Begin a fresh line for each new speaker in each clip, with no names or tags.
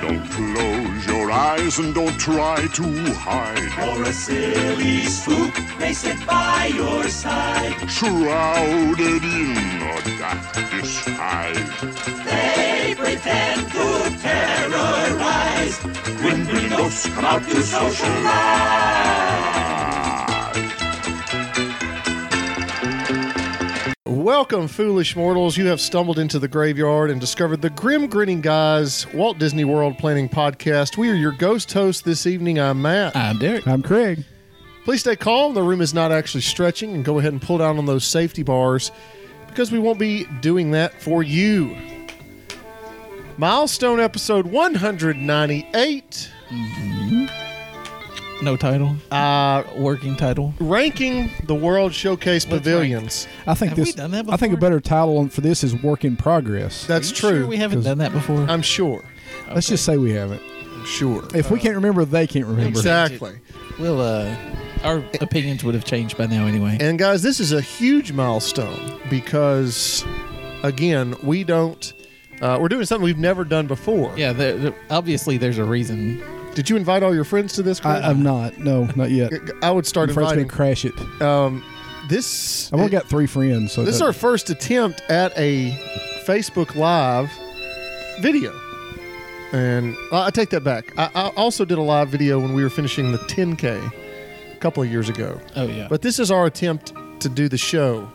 Don't close your eyes and don't try to hide.
Or a silly spook may sit by your side.
Shrouded in a dark disguise.
They pretend to terrorize. Grim, grim ghosts come out to socialize.
Welcome, foolish mortals. You have stumbled into the graveyard and discovered the Grim Grinning Guys Walt Disney World Planning Podcast. We are your ghost host this evening. I'm Matt.
I'm Derek.
I'm Craig.
Please stay calm. The room is not actually stretching, and go ahead and pull down on those safety bars because we won't be doing that for you. Milestone episode 198
No title.
uh,
Working title.
ranking the World Showcase Pavilions.
I think
Have
this.
we done that
I think a
before?
better title for this is "Work in Progress."
That's
You
true.
Sure we haven't done that before.
I'm sure.
Let's just say we haven't.
I'm sure.
If we can't remember, they can't remember.
Uh, Exactly.
We'll, uh, our opinions would have changed by now anyway.
And guys, this is a huge milestone because, again, we don't. Uh, we're doing something we've never done before.
yeah, there, there- obviously there's a reason.
Did you invite all your friends to this?
I, I'm not. No, not yet.
Greg? I would start
My friend's
inviting. Um,
been crash it.
this.
I've only got three friends. So
this is
that-
our first attempt at a Facebook Live video, and I I take that back. I, I also did a live video when we were finishing the 10K a couple of years ago,
Oh, yeah.
but this is our attempt to do the show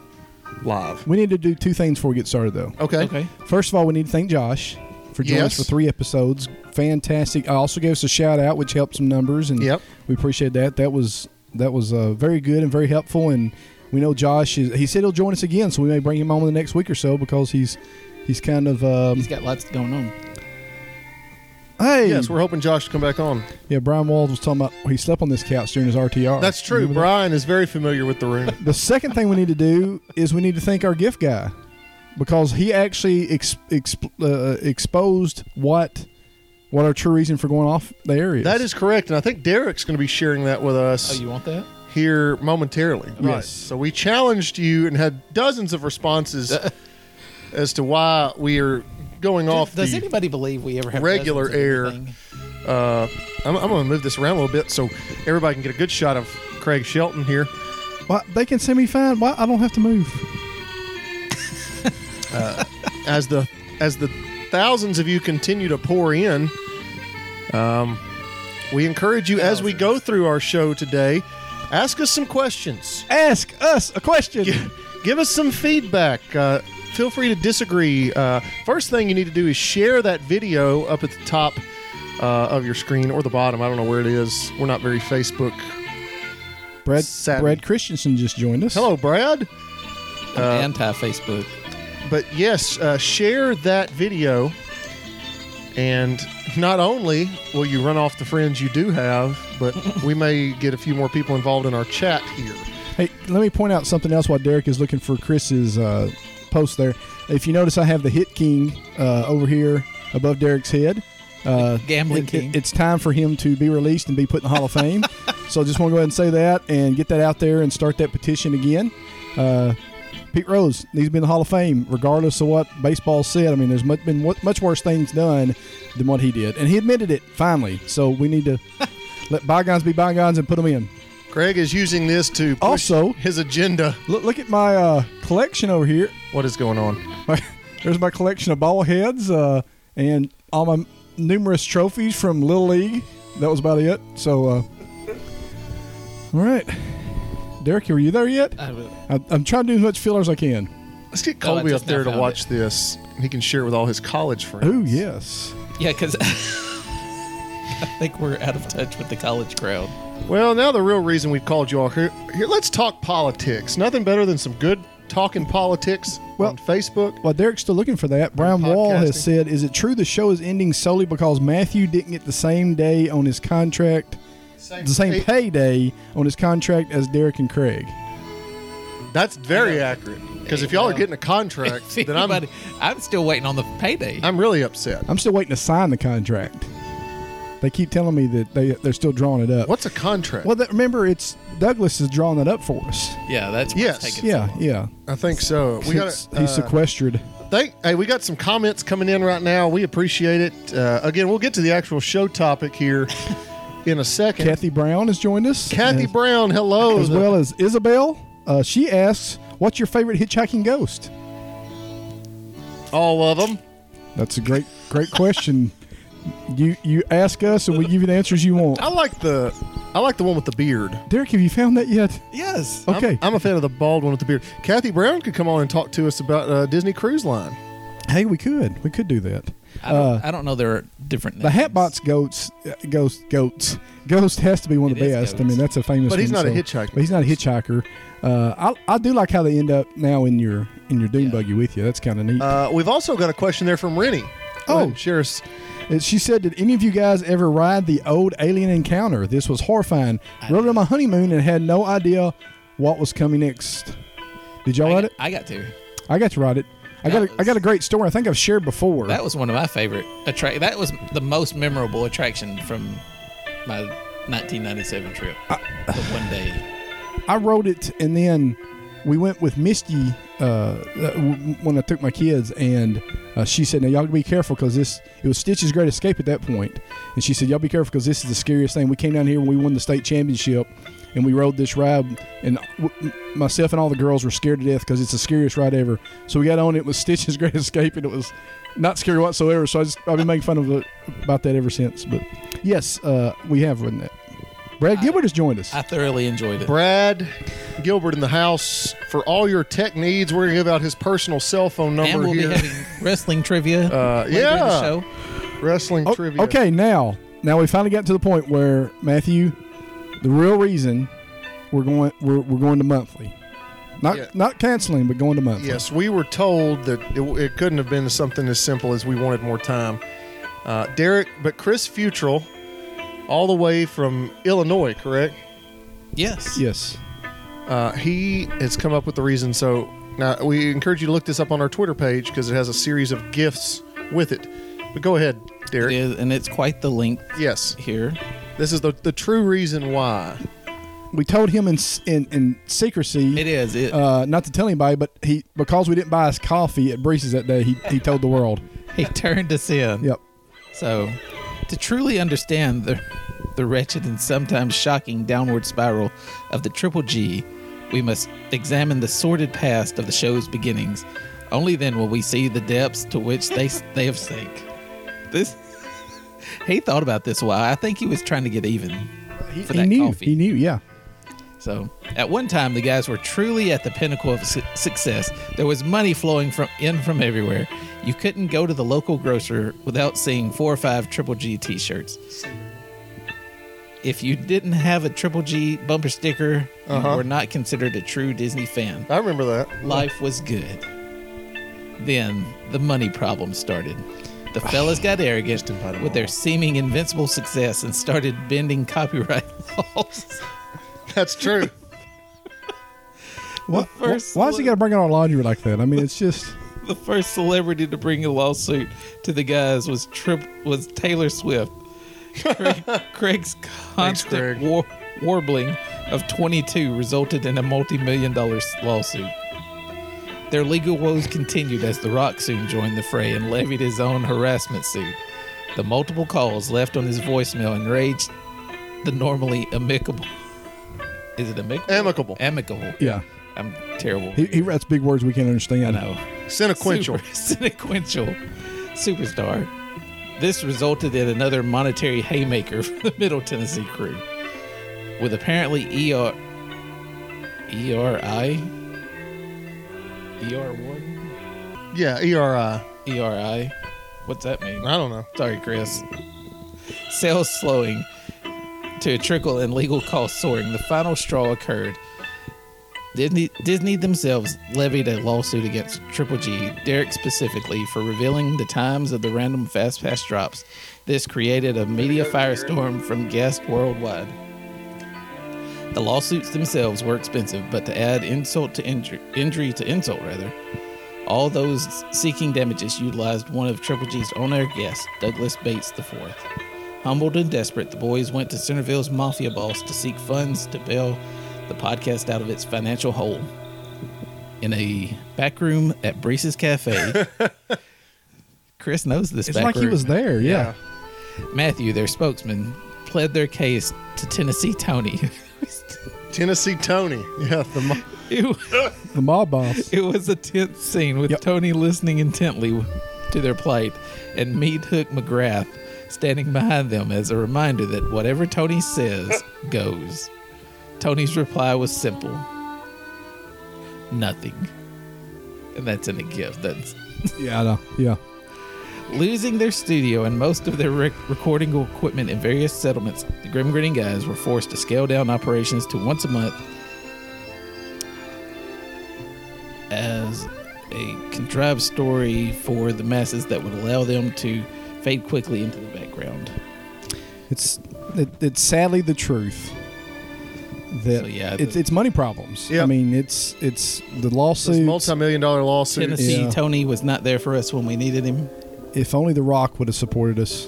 live.
We need to do two things before we get started, though.
Okay.
okay.
First of all, we need to thank Josh for joining
Yes.
us for three episodes. Fantastic. I also gave us a shout out, which helped some numbers, and
Yep.
we appreciate that. That was that was uh, very good and very helpful. And we know Josh is. He said he'll join us again, so we may bring him on in the next week or so because he's he's kind of um,
He's got lots going on.
hey
Yes, we're hoping Josh to come back on.
yeah. Brian Walls was talking about he slept on this couch during his
Oh,
RTR.
That's true.
Remember that?
Brian is very familiar with the room.
The second thing we need to do is we need to thank our gift guy because he actually ex- exp- uh, exposed what what our true reason for going off the area.
that is correct, and I think Derek's going to be sharing that with
Oh,
us
you want that?
here momentarily.
Yes.
So we challenged you and had dozens of responses as to why we are going off
Does
the.
anybody believe we ever have
regular
dozens of
air.
anything?
uh, I'm, I'm going to move this around a little bit so everybody can get a good shot of Craig Shelton here.
Why, they can see me fine. Why I don't have to move?
As the as the thousands of you continue to pour in, um, we encourage you as we go through our show today, ask us some questions.
Ask us a question.
give us some feedback. Uh, feel free to disagree. Uh, first thing you need to do is share that video up at the top uh, of your screen or the bottom. I don't know where it is. We're not very Facebook.
Brad
Savvy.
Brad Christensen just joined us.
Hello, Brad.
I'm anti Facebook.
But yes, uh, share that video. And not only will you run off the friends you do have, but we may get a few more people involved in our chat here.
Hey, let me point out something else while Derek is looking for Chris's uh, post there. If you notice, I have the Hit King uh, over here above Derek's head. Uh,
Gambling
it- it-
King.
it's time for him to be released and be put in the Hall of Fame. so I just want to go ahead and say that and get that out there and start that petition again. Uh, Pete Rose needs to be in the Hall of Fame, regardless of what baseball said. I mean, there's much, been wa- much worse things done than what he did, and he admitted it finally. So we need to let bygones be bygones and put them in.
Craig is using this to push
Also-
his agenda.
Look, look at my uh, collection over here.
What is going on?
My, there's my collection of ball heads uh, and all my numerous trophies from Little League. That was about it. So, uh, all right. Derek, are you there yet?
I will-
I, I'm trying to do as much filler as I can.
Let's get
Oh, I
Colby up
just now
there to
found
watch this. He can share it with all his college friends.
Oh, yes.
Yeah, because I think we're out of touch with the college crowd.
Well, now the real reason we've called you all here, here let's talk politics. Nothing better than some good talking politics
Well-
on Facebook.
While Derek's still looking for that, Brian Wall
podcasting.
has said, Is it true the show is ending solely because Matthew didn't get the same day on his contract,
Same,
the same payday on his contract as Derek and Craig?
That's very accurate. Because if y'all are getting a contract, then I'm,
Anybody- I'm still waiting on the payday.
I'm really upset.
I'm still waiting to sign the contract. They keep telling me that they, they're still drawing it up.
What's a contract?
Well, that, remember, it's Douglas is drawing that up for us.
yeah, that's what's
Yes.
taking so
Yeah,
long.
yeah.
I think so. We uh, got
Since he's sequestered.
Thank, hey, we got some comments coming in right now. We appreciate it. Uh, again, we'll get to the actual show topic here in a second.
Kathy Brown has joined us.
Kathy
as,
Brown, hello.
as well as Isabel. Uh, she asks, "What's your favorite hitchhiking ghost?"
all of them.
That's a great, great question. You you ask us, and we give you the answers you want.
I like the I like the one with the beard.
Derek, have you found that yet?
Yes.
I'm-
Okay.
I'm, a fan of the bald one with the beard. Kathy Brown could come on and talk to us about uh, Disney Cruise Line.
hey, we could, we could do that.
I don't, I don't know. There are different.
The
names.
Hatbots goats, uh, ghost, goats, ghost has to be one of
It
the
is
best. I
goats.
mean, that's a famous.
But he's
one,
not a
so-
hitchhiker.
But he's not a hitchhiker. Uh, I, I do like how they end up now in your in your dune buggy with you. That's kind of neat.
Uh, we've also got a question there from Rennie. Go ahead
Oh.
and share us.
And Uh, she said, "Did any of you guys ever ride the old Alien Encounter? This was horrifying. Rode it on my honeymoon and had no idea what was coming next. Did y'all
I
ride
got,
it?
I got to.
I got to ride it. I got
That
a, I got a
was-
great story. I think I've shared before.
That was one of my favorite attract. That was the most memorable attraction from my 1997 trip. the one day.
I rode it, and then we went with Misty uh, uh, w- when I took my kids, and uh, she said, "Now y'all be careful because this it was Stitch's Great Escape at that point." And she said, "Y'all be careful because this is the scariest thing." We came down here when we won the state championship, and we rode this ride, and w- m- myself and all the girls were scared to death because it's the scariest ride ever. So we got on it was Stitch's Great Escape, and it was not scary whatsoever. So I just I've been making fun of it about that ever since. But yes, uh, we have ridden that. Brad Gilbert has joined us.
I thoroughly enjoyed it.
Brad Gilbert in the house for all your tech needs. We're gonna give out his personal cell phone number
and we'll
here.
be having wrestling trivia.
Uh,
later in
yeah.
the show.
Wrestling
Oh,
trivia.
Okay, now now we finally got to the point where Matthew, the real reason we're going we're, we're going to monthly, not
Yeah.
not canceling, but going to monthly.
Yes, we were told that it, it couldn't have been something as simple as we wanted more time. Uh, Derek, but Chris Futrell, all the way from Illinois, correct?
Yes.
Yes.
Uh, he has come up with the reason. So now we encourage you to look this up on our Twitter page because it has a series of gifts with it. But go ahead,
It
Derek.
is, and it's quite the length
Yes,
here.
this is the, the true reason why.
We told him in s- in, in
It
secrecy
is. It,
uh, not to tell anybody, but he because we didn't buy his coffee at Breeze's that day, he, he told the world.
he turned us in.
Yep.
So, to truly understand the the wretched and sometimes shocking downward spiral of the Triple G, we must examine the sordid past of the show's beginnings. Only then will we see the depths to which they they have sank. This he thought about this a while. I think he was trying to get even for
he
that
knew.
coffee.
He knew. Yeah.
So, at one time, the guys were truly at the pinnacle of su- success. There was money flowing from in from everywhere. You couldn't go to the local grocer without seeing four or five Triple G T-shirts. If you didn't have a Triple G bumper sticker,
Uh-huh.
you were not considered a true Disney fan.
I remember that.
Life was good. Then the money problem started. The fellas got arrogant with their seeming invincible success and started bending copyright laws.
That's true.
What,
first
why is he
one-
got to bring out our laundry like that? I mean, it's just
the first celebrity to bring a lawsuit to the guys was Trip was Taylor Swift. Craig, Craig's constant
Craig.
war, warbling of 22 resulted in a multi-million dollar s- lawsuit. Their legal woes continued as The Rock soon joined the fray and levied his own harassment suit. The multiple calls left on his voicemail enraged the normally amicable. Is it amicable?
Amicable.
Amicable.
yeah.
I'm terrible.
He, he writes big words we can't understand.
I know.
Cinequential.
Super, sequential superstar. This resulted in another monetary haymaker for the Middle Tennessee crew, with apparently E ER, ERI, E ER1,
Yeah, E ERI.
ERI. E What's that mean?
I don't know.
Sorry, Chris. Sales slowing to a trickle and legal costs soaring. The final straw occurred. Disney, Disney themselves levied a lawsuit against Triple G, Derek specifically, for revealing the times of the random Fast Pass drops. This created a media firestorm from guests worldwide. The lawsuits themselves were expensive, but to add insult to injury, injury to insult, rather, all those seeking damages utilized one of Triple G's on air guests, Douglas Bates IV. Humbled and desperate, the boys went to Centerville's mafia boss to seek funds to bail the podcast out of its financial hole. in a back room at Brees's Cafe. Chris knows this.
It's
back
like he
room.
was there. Yeah.
Matthew, their spokesman, pled their case to Tennessee Tony.
Tennessee Tony. Yeah, the mo-
it, wa-
The mob boss.
it was a tense scene with
Yep.
Tony listening intently to their plight and Mead Hook McGrath standing behind them as a reminder that whatever Tony says goes. Tony's reply was simple nothing. And that's in a gift. That's
yeah, I know. Yeah.
Losing their studio and most of their rec- recording equipment in various settlements, the Grim Grinning Guys were forced to scale down operations to once a month as a contrived story for the masses that would allow them to fade quickly into the background.
It's it, it's sadly the truth. That
So, yeah,
it's
the-
it's money problems.
Yeah.
I mean, it's it's the
this
lawsuits.
multi-million dollar lawsuit.
Tennessee
Yeah.
Tony was not there for us when we needed him.
if only The Rock would have supported us.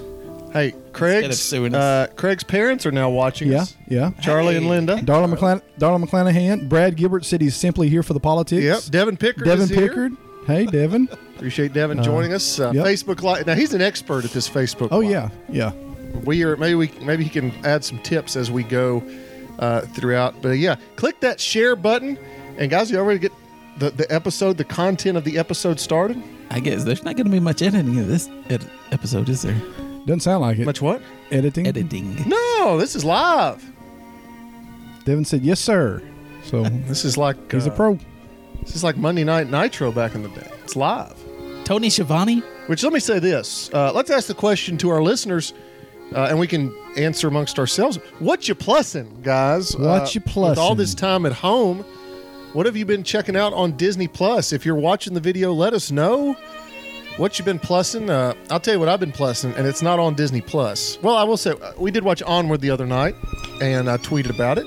Hey,
Instead of
Craig's
suing
uh,
us.
Craig's parents are now watching
Yeah,
us.
yeah.
Charlie and
Hey.
Linda.
Darla, McClan- Darla McClanahan, Brad Gilbert said he's simply here for the politics.
Yep. Devin Pickard.
Devin
is here.
Pickard. Hey, Devin.
Appreciate Devin joining us. Uh,
yep.
Facebook Live. Now he's an expert at this Facebook.
Oh
Live.
yeah, yeah.
We are maybe we maybe he can add some tips as we go uh, throughout. But yeah, click that share button, and guys, you ready to get the, the episode, the content of the episode started.
I guess there's not going to be much editing in this ed- episode, is there?
Doesn't sound like it.
Much what?
editing.
Editing.
No, this is live.
Devin said yes, sir. So
This is like
he's a
uh,
pro.
This is like Monday Night Nitro back in the day. It's live.
Tony Schiavone?
Which let me say this: uh, let's ask the question to our listeners, uh, and we can answer amongst ourselves. What you plussin', guys?
What
Uh,
you plussin'?
With all this time at home, what have you been checking out on Disney Plus? If you're watching the video, let us know what you've been plussin'. Uh, I'll tell you what I've been plussin', and it's not on Disney Plus. Well, I will say uh, we did watch Onward the other night, and I tweeted about it.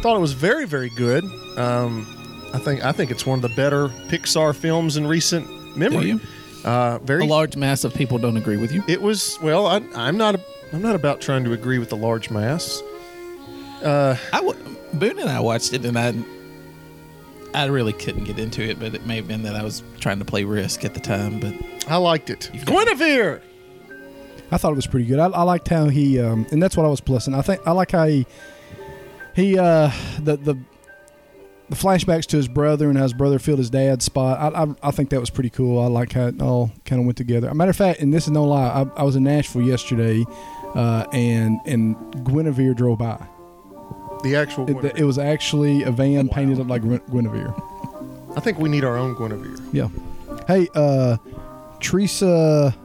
Thought it was very, very good. Um, I think I think it's one of the better Pixar films in recent memory.
you?
Uh, very
A large mass of people don't agree with you.
it was well. I, I'm not. I'm not about trying to agree with the large mass.
I w- Boone and I watched it, and I I really couldn't get into it, but it may have been that I was trying to play Risk at the time. But
I liked it. Guinevere.
I thought it was pretty good. I, I liked how he, um, and that's what I was plussing. I think I like how he, he, uh, the the the flashbacks to his brother and how his brother filled his dad's spot. I, I, I think that was pretty cool. I like how it all kind of went together. matter of fact, and this is no lie, I, I was in Nashville yesterday, uh, and and Guinevere drove by.
The actual.
It,
Guinevere.
it was actually a van painted up like Gwen- Guinevere.
I think we need our own Guinevere.
Yeah. Hey, uh, Teresa.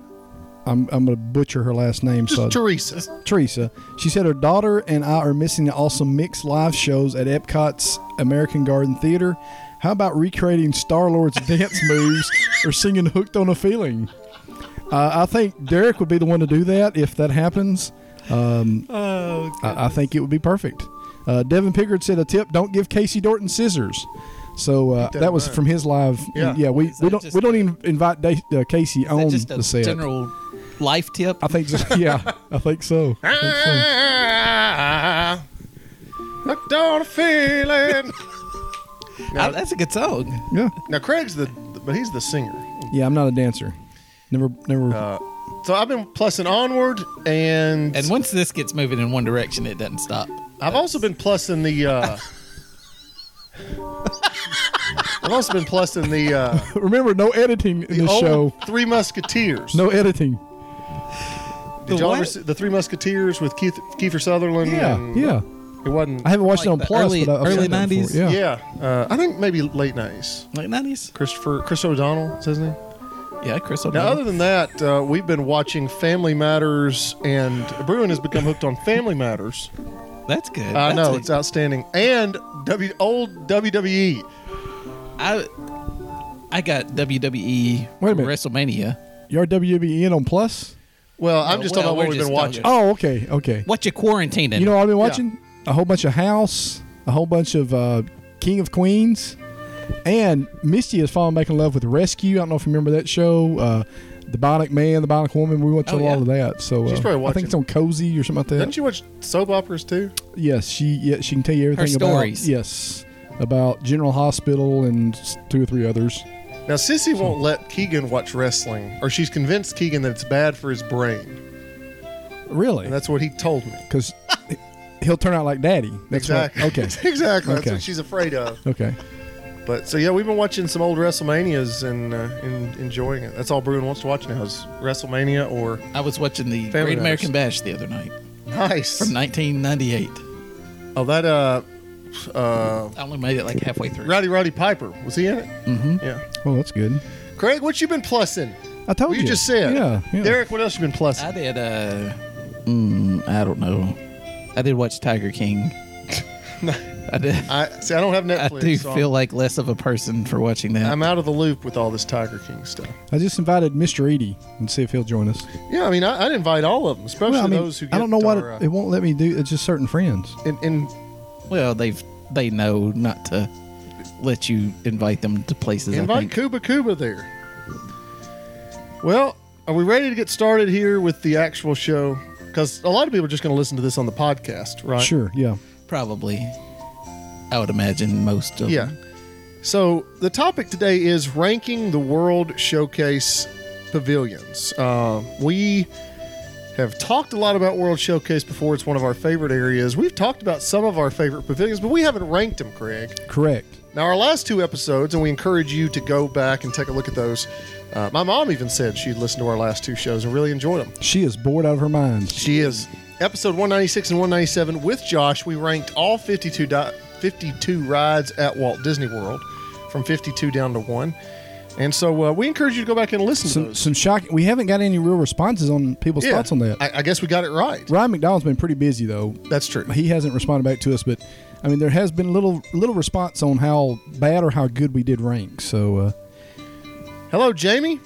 I'm, I'm gonna butcher her last name.
Just
so
Teresa.
Teresa. She said her daughter and I are missing the awesome mixed live shows at Epcot's American Garden Theater. How about recreating Star Lord's dance moves or singing "Hooked on a Feeling"? Uh, I think Derek would be the one to do that if that happens.
Oh,
Um, I, I think it would be perfect. Uh, Devin Pickard said a tip: don't give Casey Dorton scissors. So uh,
that
that was
in mind.
from his live.
Yeah.
Yeah, we,
Is
we
that
don't
just
we don't
a-
even invite Da- uh, Casey
is
on
that just a
the set.
general life tip?
I think so. yeah, I think so. I think so.
Ah, I don't feel it.
I- that's a good song.
Yeah.
Now Craig's the, but he's the singer.
Yeah, I'm not a dancer. Never, never.
Uh, So I've been plussing onward, and,
And once this gets moving in one direction, it doesn't stop.
I've also been plussing the. Uh, I've also been plussing the uh,
Remember, no editing in
the
this
old
show.
Three Musketeers.
No editing.
Did
The
y'all
what?
ever see the Three Musketeers with Keith Kiefer Sutherland?
Yeah,
and-
yeah.
It wasn't.
I haven't watched
Like
it on
the
Plus,
early-
but I- I've seen
early
it before.
90s?
Yeah.
yeah, uh, I think maybe late nineties.
Like 90s?
Christopher Chris O'Donnell is his name.
Yeah, Chris
Now,
O'Donnell.
other than that, uh, we've been watching Family Matters, and Bruin has become hooked on Family Matters.
that's good.
I
That's
know
a-
it's outstanding. And W E. old WWE.
I, I got WWE
Wait a minute.
WrestleMania.
You're WWE in E on Plus.
Well, I'm
No,
just
well,
talking about what
we're
we've been
just
watching.
talking-
Oh, okay, okay.
What you quarantining?
You know what I've been watching? A whole bunch of House, a whole bunch of uh, King of Queens, and Misty has fallen back in love with Rescue. I don't know if you remember that show. Uh, the Bionic Man, the Bionic Woman. We watched
Oh,
a lot
yeah.
of that. So uh,
She's probably
I
watching-
think it's on Cozy or something like that.
Didn't you watch soap operas too?
Yes, she yeah, she can tell you everything about
stories.
Yes. about General Hospital and s- two or three others.
Now, Sissy won't let Keegan watch wrestling, or she's convinced Keegan that it's bad for his brain.
Really?
And that's what he told me.
Because he'll turn out like Daddy. That's right.
exactly.
Okay.
exactly. That's
Okay.
what she's afraid of.
Okay.
But so yeah, we've been watching some old WrestleManias and, uh, and enjoying it. That's all Bruin wants to watch now is WrestleMania or
I was watching the
Family
Great American
Matters.
Bash the other night
nice.
from 1998.
Oh, that uh, uh,
I only made it like halfway through.
Rowdy Roddy Piper was he in it? Mm-hmm. Yeah.
Well, that's good.
Craig, what you been plussing?
I told
You
you.
just said.
Yeah. yeah.
Derek, what else you been plussing?
I did. uh mm, I don't know. I did watch Tiger King. I did.
I see. I don't have
I
Netflix.
do
so
feel like less of a person for watching that.
I'm, I'm out of the loop with all this Tiger King stuff.
I just invited Mr. Edie and see if he'll join us.
Yeah, I mean, I, I'd invite all of them, especially
Well, I mean,
those who. Get
I don't know what
our,
it, it won't let me do. It's just certain friends.
uh, and, and
well, they've they know not to let you invite them to places. I
invite
think.
Cuba Cuba there. Well, are we ready to get started here with the actual show? Because a lot of people are just going to listen to this on the podcast, right?
Sure. Yeah.
Probably. I would imagine most of
Yeah.
them.
So the topic today is ranking the World Showcase pavilions. Uh, we have talked a lot about World Showcase before. It's one of our favorite areas. We've talked about some of our favorite pavilions, but we haven't ranked them, Craig.
Correct.
Now, our last two episodes, and we encourage you to go back and take a look at those. Uh, my mom even said she'd listened to our last two shows and really enjoyed them.
She is bored out of her mind.
She is episode 196 and 197 with Josh. We ranked all 52, di- 52 rides at Walt Disney World from 52 down to one. And so uh, we encourage you to go back and listen to
Some
those.
some shocking. We haven't got any real responses on people's
Yeah,
thoughts on that.
I, I guess we got it right.
Ryan McDonald's been pretty busy though.
That's true.
He hasn't responded back to us, but I mean, there has been little little response on how bad or how good we did rank. So uh,
Hello, Jamie.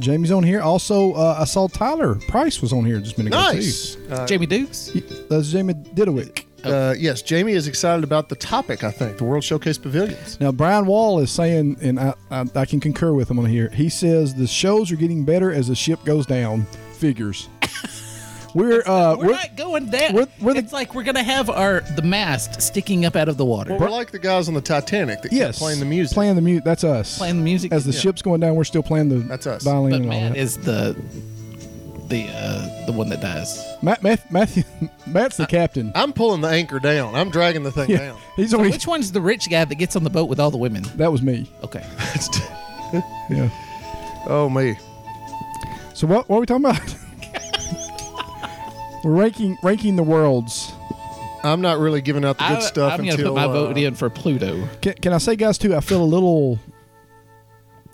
Jamie's on here. Also, uh, I saw Tyler Price was on here just a minute ago.
Nice. Uh,
Jamie Dukes.
too. That's Jamie Didowick.
uh, yes, Jamie is excited about the topic, I think, the World Showcase Pavilions.
Now Brian Wall is saying, and I, I, I can concur with him on here. He says the shows are getting better as the ship goes down. Figures. we're uh,
We're, not going down.
we're- we're the-
it's like we're gonna have our the mast sticking up out of the water.
Well, we're like the guys on the Titanic that keep
yes
playing the music.
Playing the mute. That's us.
Playing the music.
As the
Yeah.
ship's going down, we're still playing the
That's us.
violin
but
and all
Matt
that.
is the the uh, the one that dies.
Matt, Matt, Matthew, Matt's the captain.
I'm pulling the anchor down. I'm dragging the thing
yeah,
down.
he's always.
Which one's the rich guy that gets on the boat with all the women?
that was me.
Okay.
Yeah.
oh me.
So what, what are we talking about? We're ranking ranking the worlds.
I'm not really giving out the good
I,
stuff
I'm gonna
until
put my
uh,
vote in for Pluto.
Can, can I say, guys? Too, I feel a little.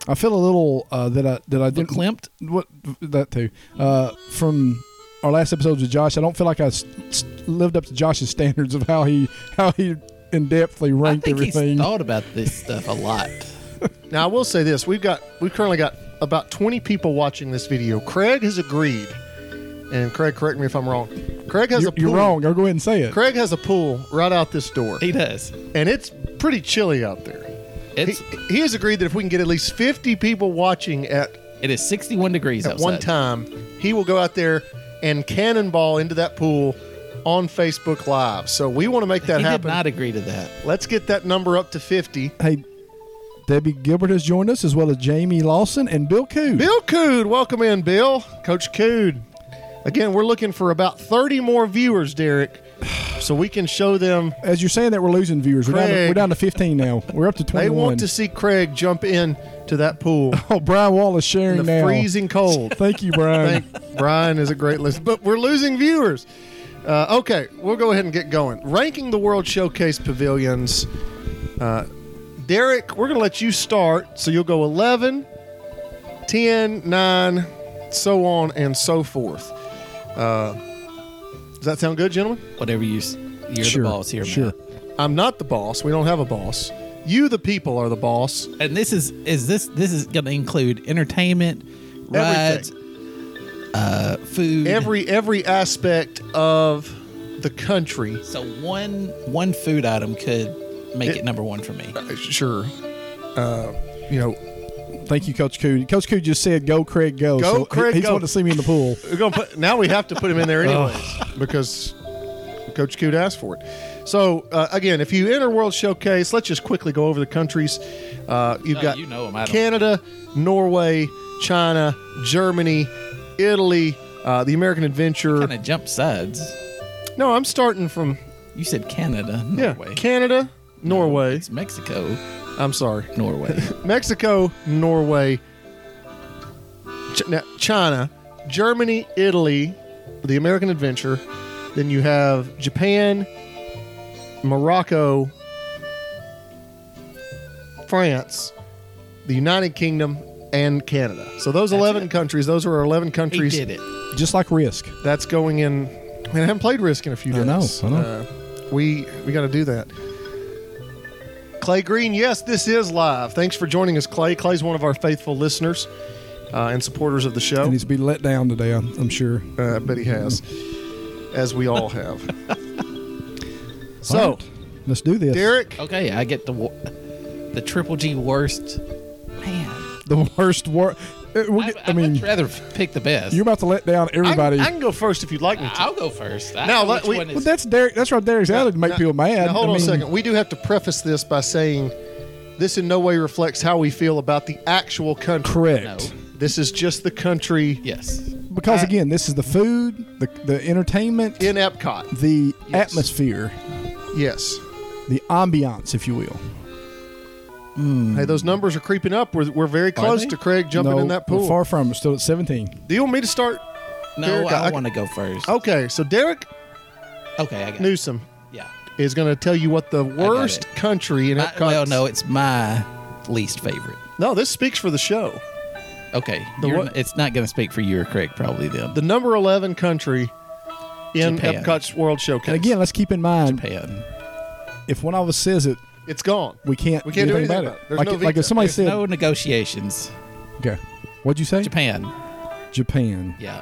I feel a little uh, that I that I didn't
Verklempt?
What that too? Uh, from our last episode with Josh, I don't feel like I s- s- lived up to Josh's standards of how he how he in depthly
I
ranked
think
everything.
he's thought about this stuff a lot.
Now I will say this: we've got we've currently got about 20 people watching this video. Craig has agreed, and Craig, correct me if I'm wrong. Craig has
you're,
a pool.
you're wrong. I'll go ahead and say it.
Craig has a pool right out this door,
He does.
and it's pretty chilly out there. He,
It's
he has agreed that if we can get at least 50 people watching at
it is 61 degrees
at
outside.
one time, he will go out there and cannonball into that pool on Facebook Live. So we want to make that
he
happen.
did not agree to that.
Let's get that number up to 50.
Hey, Debbie Gilbert has joined us as well as Jamie Lawson and Bill Coo.
Bill Cood, welcome in, Bill. Coach Cood. Again, we're looking for about 30 more viewers, Derek, so we can show them.
As you're saying that, we're losing viewers. We're down, to,
Craig.
we're down to 15 now. We're up to 21.
They want to see Craig jump in to that pool
oh, Brian Wall is sharing
in the
now.
freezing cold.
Thank you, Brian.
Thank Brian is a great list, but we're losing viewers. Uh, okay, we'll go ahead and get going. Ranking the World Showcase pavilions. Uh, Derek, we're going to let you start. So you'll go 11, 10, 9, so on and so forth. Uh, does that sound good, gentlemen?
Whatever you s- you're
Sure,
the boss here,
sure.
Matt.
I'm not the boss. We don't have a boss. You, the people, are the boss.
And this is is this this is going to include entertainment, rides, uh food.
Every every aspect of the country.
so one one food item could make it,
It-
number 1 for me.
Uh, Sure. Uh, you know,
Thank you, Coach Coo. Coach Coo just said, "Go, Craig, go."
Go,
so he-
Craig,
He's
go.
wanting to see me in the pool.
Oh.
We're gonna put now we have to put him in there anyways because Coach Cute asked for it. So uh, again, if you enter World Showcase, let's just quickly go over the countries. Uh, you've
No,
got
you know 'em, I don't-
Canada, Norway, China, Germany, Italy, uh, the American Adventure.
Kind of jump sides.
No, I'm starting from
You said Canada,
yeah,
Norway.
Canada, Norway.
It's Mexico,
I'm sorry,
Norway.
Mexico, Norway, Ch- now, China, Germany, Italy, the American Adventure. Then you have Japan, Morocco, France, the United Kingdom, and Canada. So those 11 countries, those are our 11
he
countries.
did it.
Just like Risk.
That's going in. I, mean, I haven't played Risk in a few
I know,
days.
I know.
Uh, we we got to do that. Clay Green, yes, this is live. Thanks for joining us, Clay. Clay's one of our faithful listeners uh, and supporters of the show.
And he's been let down today, I'm, I'm sure.
Uh, I bet he has, as we all have. so,
All right, let's do this.
Derek,
Okay, I get the wo- the triple G worst. Man,
the worst war. uh, we'll
I,
get-
I
I mean,
would rather pick the best.
you're about to let down
I can,
everybody.
I can go first if you'd like me to.
I'll go first. I
Now,
know
let-
which
we-
one is-
Well, that's Derek. That's right. Derek's out to make people mad.
Now, hold
I
on
mean,
a second. We do have to preface this by saying this in no way reflects how we feel about the actual country.
Correct.
This is just the country
yes.
Because again, this is the food, the the entertainment,
in Epcot.
the
Yes.
atmosphere,
Yes.
the ambiance, if you will.
Hey, those numbers are creeping up. We're, we're very close
they?
to Craig jumping
Mm. No,
in that
we're
pool.
Far from. it. Still at 17.
Do you want me to start?
No,
Derek,
I,
I- Oh.
want to go first.
Okay, so Derek
okay, I got it.
Newsom
Yeah.
is going to tell you what the worst
it.
country in
I,
Epcot.
well, no, it's my least favorite.
no, this speaks for the show.
Okay,
The
you're
what-
n- it's not going to speak for you or Craig probably then.
The number eleven country in
Japan.
Epcot's World Showcase.
And again, let's keep in mind
Japan.
if one of us says it,
it's gone.
we can't.
We can't do anything about it. There's
Like,
no
if- like if
veto.
somebody
There's
said,
no negotiations.
okay, what'd you say?
Japan.
Japan.
Yeah.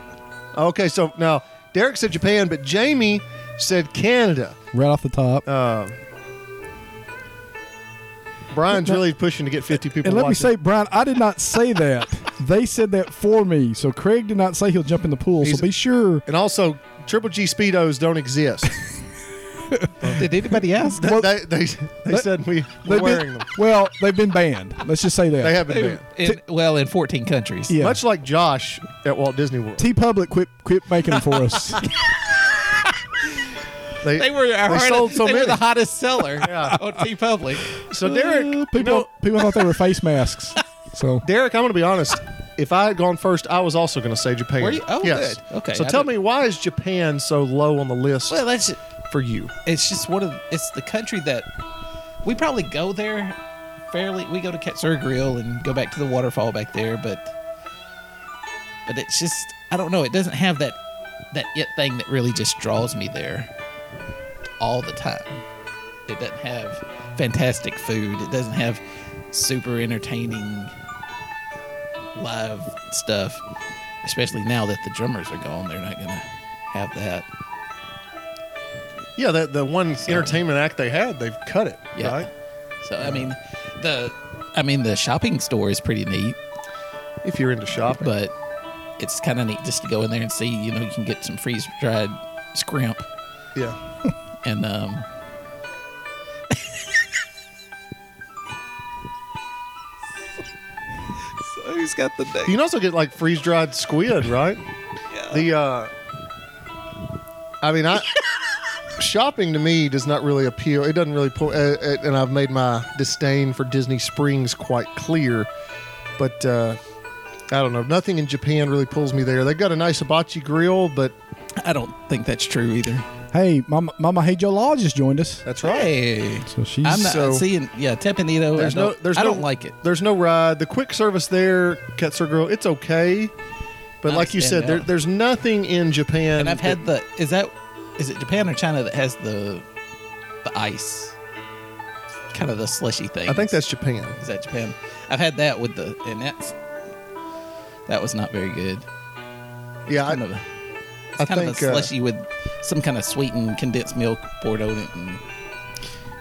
Okay, so now Derek said Japan, but Jamie said Canada.
Right off the top.
Uh, Brian's really pushing to get fifty people.
and let me
watching.
say, Brian, I did not say that. they said that for me. So Craig did not say he'll jump in the pool.
He's-
so be sure.
and also triple G speedos don't exist.
Did anybody ask?
Well,
they they, they
let-
said we
They've
were
been-
wearing them.
Well, they've been banned. Let's just say that.
They have been banned.
In, well, in 14 countries.
Yeah.
Much like Josh at Walt Disney World.
T Public quit quit making them for us.
They,
They were, our
They
hard-
sold so
they
many.
were the hottest seller
Yeah.
on T Public.
so Derek,
people
you know,
people thought they were face masks. So
Uh, Derek, I'm going to be honest. If I had gone first, I was also going to say Japan.
Were you? Oh,
yes.
good. Okay,
So
I
tell
didn't-
me, why is Japan so low on the list
Well, that's
for you?
it's just one of it's the country that we probably go there fairly. We go to Katsura Grill and go back to the waterfall back there, but but it's just I don't know. It doesn't have that that it thing that really just draws me there all the time. It doesn't have fantastic food. It doesn't have super entertaining live stuff. Especially now that the drummers are gone, they're not gonna have that.
Yeah, the, the one entertainment act they had, they've cut it.
Yeah.
Right?
So I mean, the I mean the shopping store is pretty neat,
If you're into shopping.
but it's kind of neat just to go in there and see. You know, you can get some freeze dried scrimp
yeah.
and um. so who's got the
You
day?
can also get like freeze dried squid, right? The, uh, I mean, I. Shopping to me does not really appeal. It doesn't really pull, uh, uh, and I've made my disdain for Disney Springs quite clear. But uh, I don't know. Nothing in Japan really pulls me there. They've got a nice hibachi grill, but
I don't think that's true either.
hey, Mama, Mama Hey Joe Law just joined us.
that's right.
Hey,
So she's
I'm not
So-
seeing. Yeah, Tepanito.
There's
I
no,
don't,
there's
I
no,
don't like it.
There's no ride. The quick service there, Ketzer Grill, it's okay, but
Not
like you said, there,
standout.
there's nothing in Japan.
And I've
that-
had the is that is it Japan or China that has the the ice kind of the slushy thing.
I think that's Japan.
is that Japan. I've had that with the and that's that was not very good.
Yeah,
Kind
I,
of a,
I
kind of a
think uh,
slushy with some kind of sweetened condensed milk poured on it and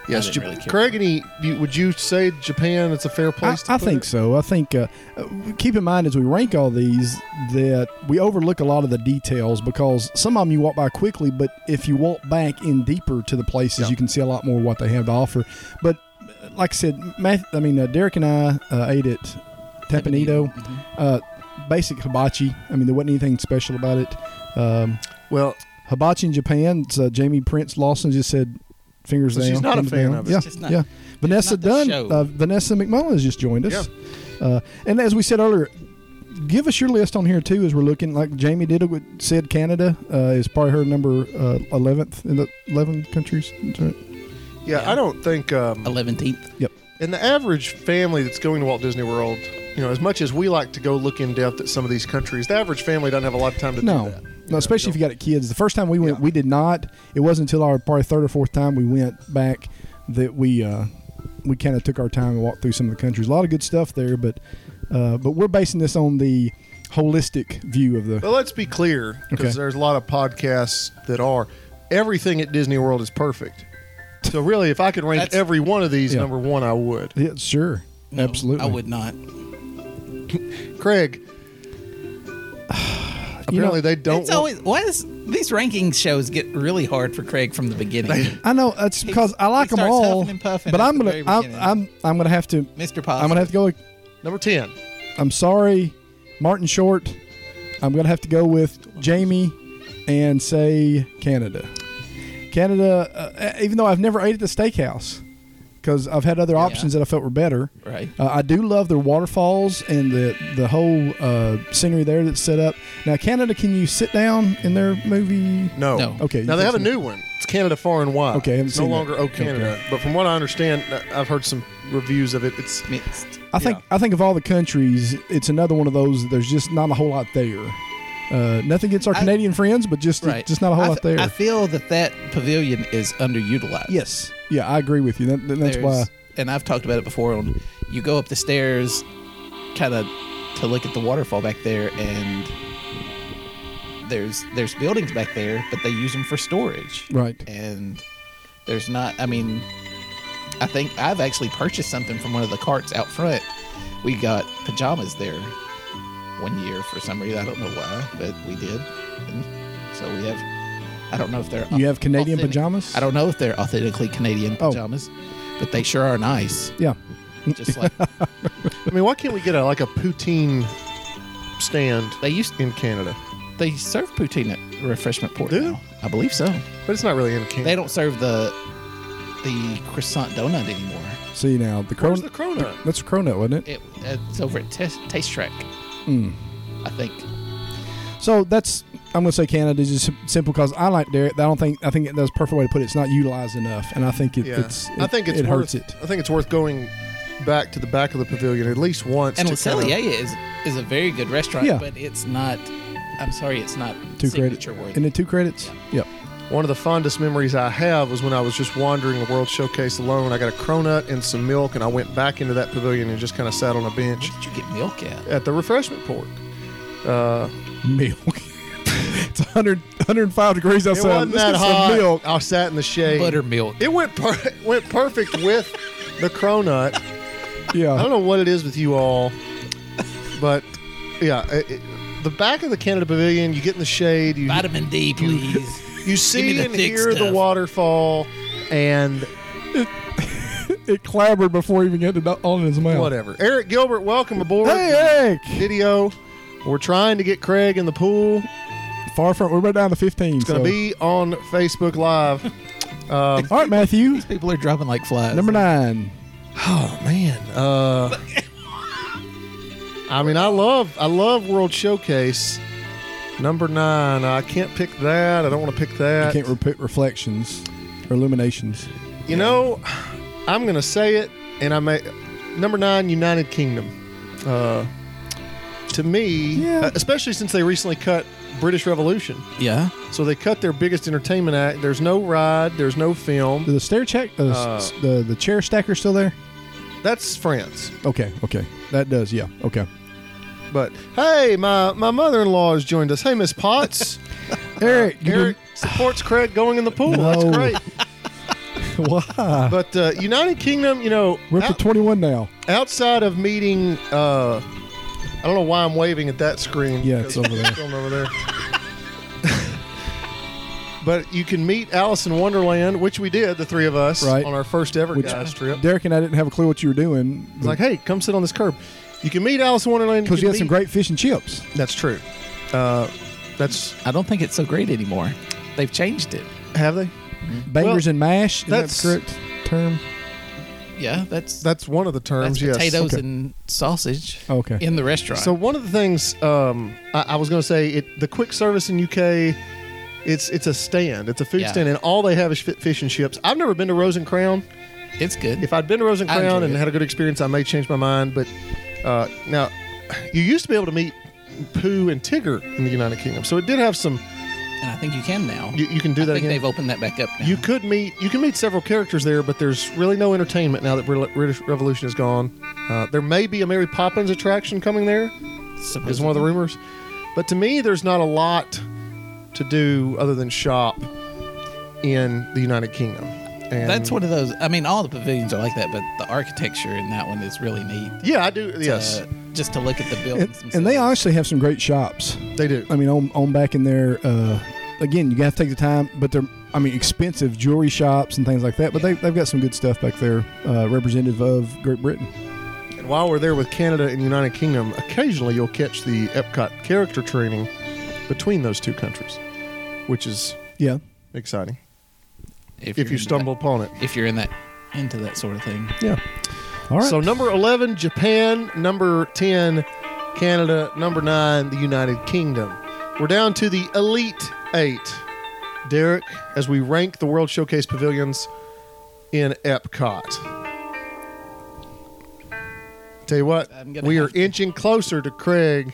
Yes,
didn't
Jap-
really care.
Craig, any you, would you say Japan? It's a fair
I,
place. to
I
put
think
it?
so. I think uh, uh, keep in mind as we rank all these that we overlook a lot of the details because some of them you walk by quickly, but if you walk back in deeper to the places,
Yeah.
you can see a lot more what they have to offer. But uh, like I said, Math, I mean uh, Derek and I uh, ate at Tapanito,
mm-hmm.
uh, basic hibachi. I mean there wasn't anything special about it. Um,
Well,
hibachi in Japan. it's, uh, Jamie Prince Lawson just said fingers
So
down.
she's not a
thumbs
fan
down.
of it.
Yeah,
It's just not-
yeah. Vanessa
not the
Dunn,
show.
uh, Vanessa McMullen has just joined us. Uh, and as we said earlier, give us your list on here too as we're looking. Like Jamie did with said, Canada uh, is probably her number uh, eleventh in the eleven countries. That's right.
yeah, I don't think. Um,
Eleventeenth.
Yep.
and the average family that's going to Walt Disney World, you know, as much as we like to go look in depth at some of these countries, the average family doesn't have a lot of time to
No,
do that. You
no,
know,
especially if you got kids. The first time we went,
Yeah.
we did not. It wasn't until our probably third or fourth time we went back that we uh, we kind of took our time and walked through some of the countries. A lot of good stuff there, but uh, but we're basing this on the holistic view of the.
But let's be clear, because
Okay.
there's a lot of podcasts that are. Everything at Disney World is perfect. So really, if I could rank
That's-
every one of these
Yeah.
number one, I would.
Yeah, sure, absolutely.
I would not.
Craig. apparently, they don't.
it's
want-
always why does these ranking shows get really hard for Craig from the beginning?
I know that's because I like
he
them
starts
all,
huffing and puffing
but
at
I'm
the
gonna
very
I'm,
beginning.
I'm I'm gonna have to
Mr.
I'm
Possum.
gonna have to go. with-
number ten.
I'm sorry, Martin Short. I'm gonna have to go with Jamie and say Canada. Canada, uh, even though I've never ate at the steakhouse because I've had other options that I felt were better.
Right.
Uh, I do love their waterfalls and the the whole uh, scenery there that's set up. Now, Canada, can you sit down in their movie?
No.
No.
Okay,
Now
you
they
can
have a
see-
new one. It's Canada Far and Wide.
Okay, I haven't
It's no
seen that.
longer Oh Canada.
Okay.
But from what I understand, I- I've heard some reviews of it. It's
Mixed.
I think
Yeah.
I think of all the countries, it's another one of those. that There's just not a whole lot there. Uh, nothing against our
I-
Canadian friends, but just
Right.
just not a whole
I
lot
fe-
there.
I feel that that pavilion is underutilized.
yes, yeah, I agree with you. That, that's
There's-
why.
And I've talked about it before. On you go up the stairs, kind of to look at the waterfall back there, and there's there's buildings back there, but they use them for storage.
Right.
And there's not. I mean, I think I've actually purchased something from one of the carts out front. We got pajamas there one year for some reason. I don't know why, but we did. And so we have. I don't know if they're.
You have Canadian
authentic-
pajamas?
I don't know if they're authentically Canadian
Oh.
pajamas, but they sure are nice.
Yeah,
Just like
I mean, why can't we get a like a poutine stand
they used
in Canada?
they serve poutine at refreshment port
Do they?
now. I believe so.
But it's not really in Canada.
They don't serve the the croissant donut anymore.
see now the
Where's
cron-
the Cronut?
That's a cronut, wasn't it?
It, it's over at Tes- Taste Track,
Hmm.
I think.
So that's I'm gonna say Canada is just simple because I like Derek. I don't think I think that's a perfect way to put it. It's not utilized enough, and I think it,
Yeah.
it's.
I think it's
it
worth
hurts it.
I think it's worth going back to the back of the pavilion at least once.
And
to
La
kind of-
Cellier is is a very good restaurant,
Yeah.
but it's not. I'm sorry, it's not
Two credits
signature worthy.
and the two credits. Yep.
One of the fondest memories I have was when I was just wandering the World Showcase alone. I got a Cronut and some milk, and I went back into that pavilion and just kind of sat on a bench
Where did you get milk at?
at the refreshment port.
Milk. it's 100, 105 degrees
It
outside.
wasn't
Let's
that
get some
hot.
milk.
I sat in the shade.
Buttermilk.
It went per- went perfect with the cronut.
Yeah.
I don't know what it is with you all, but yeah, it, it- the back of the Canada Pavilion. You get in the shade. You
Vitamin D, please.
you
me
see
the
and
thick
hear the
stuff.
waterfall, and
it clambered before he even getting it on his mouth.
whatever. Eric Gilbert, welcome aboard.
Hey, Eric!
Video. We're trying to get Craig in the pool.
Far from, we're right down to 15.
It's going to be on Facebook Live. Um,
All right, Matthew.
People are dropping like flies.
Number nine.
Oh man. Uh, I mean, I love I love World Showcase. Number nine. I can't pick that. I don't want to pick
I
that.
can't repeat reflections or illuminations.
you know, I'm gonna say it, and I may. Number nine, United Kingdom. Uh, to me, uh,
Yeah.
especially since they recently cut British Revolution,
Yeah.
so they cut their biggest entertainment act. There's no ride. There's no film.
Is the stair check, uh, s-
Uh,
the, the chair stacker still there?
That's France.
Okay, okay. That does, yeah. Okay.
But hey, my my mother-in-law has joined us. Hey, Miss Potts.
Eric, you
Eric supports Craig going in the pool. That's
No.
great.
Why?
But uh, United Kingdom, you know,
We're up to
out-
21 now.
outside of meeting, uh, I don't know why I'm waving at that screen.
Yeah, it's
because
over there.
it's going over there. but you can meet Alice in Wonderland, which we did, the three of us,
Right.
on our first ever
Which-
guys trip.
Derek and I didn't have a clue what you were doing.
It's like, hey, come sit on this curb. You can meet Alice in Wonderland.
because you
can
had some
meet-
great fish and chips.
That's true. Uh, that's
I don't think it's so great anymore. They've changed it.
have they?
Bangers
Well,
and mash. Is that
that's-
the correct term?
Yeah, that's
That's one of the terms.
that's
yes.
potatoes
okay.
and sausage.
Okay.
In the restaurant.
So one of the things um, I, I was going to say, it the quick service in UK, it's it's a stand, it's a food
Yeah.
stand, and all they have is fi- fish and chips. I've never been to Rose and Crown.
it's good.
If I'd been to Rose and
I
Crown
enjoy
and
it.
had a good experience, I may change my mind. But uh, now, you used to be able to meet Pooh and Tigger in the United Kingdom, so it did have some.
and I think you can now.
You, you can do
I
that
think
again.
they've opened that back up now.
You could meet you can meet several characters there, but there's really no entertainment now that Brit- British Revolution is gone. Uh, there may be a Mary Poppins attraction coming there, is one of the rumors. But to me, there's not a lot to do other than shop in the United Kingdom. And
That's one of those. I mean, all the pavilions are like that, but the architecture in that one is really neat.
Yeah, I do. Yes,
Uh, just to look at the
And,
buildings.
and they
themselves.
honestly have some great shops.
they do.
I mean, on, on back in there, uh, again, you got to take the time, but they're, I mean, expensive jewelry shops and things like that. But they, they've got some good stuff back there, uh, representative of Great Britain.
And while we're there with Canada and United Kingdom, occasionally you'll catch the Epcot character training between those two countries, which is
Yeah.
exciting
you're
if you
into
stumble upon it.
that, if you're in that into that sort of thing.
Yeah. All right.
So number eleven, Japan. Number ten, Canada. Number nine, the United Kingdom. We're down to the elite eight. Derek, as we rank the World Showcase pavilions in Epcot. Tell you what,
I'm gonna
we are
have to-
inching closer to Craig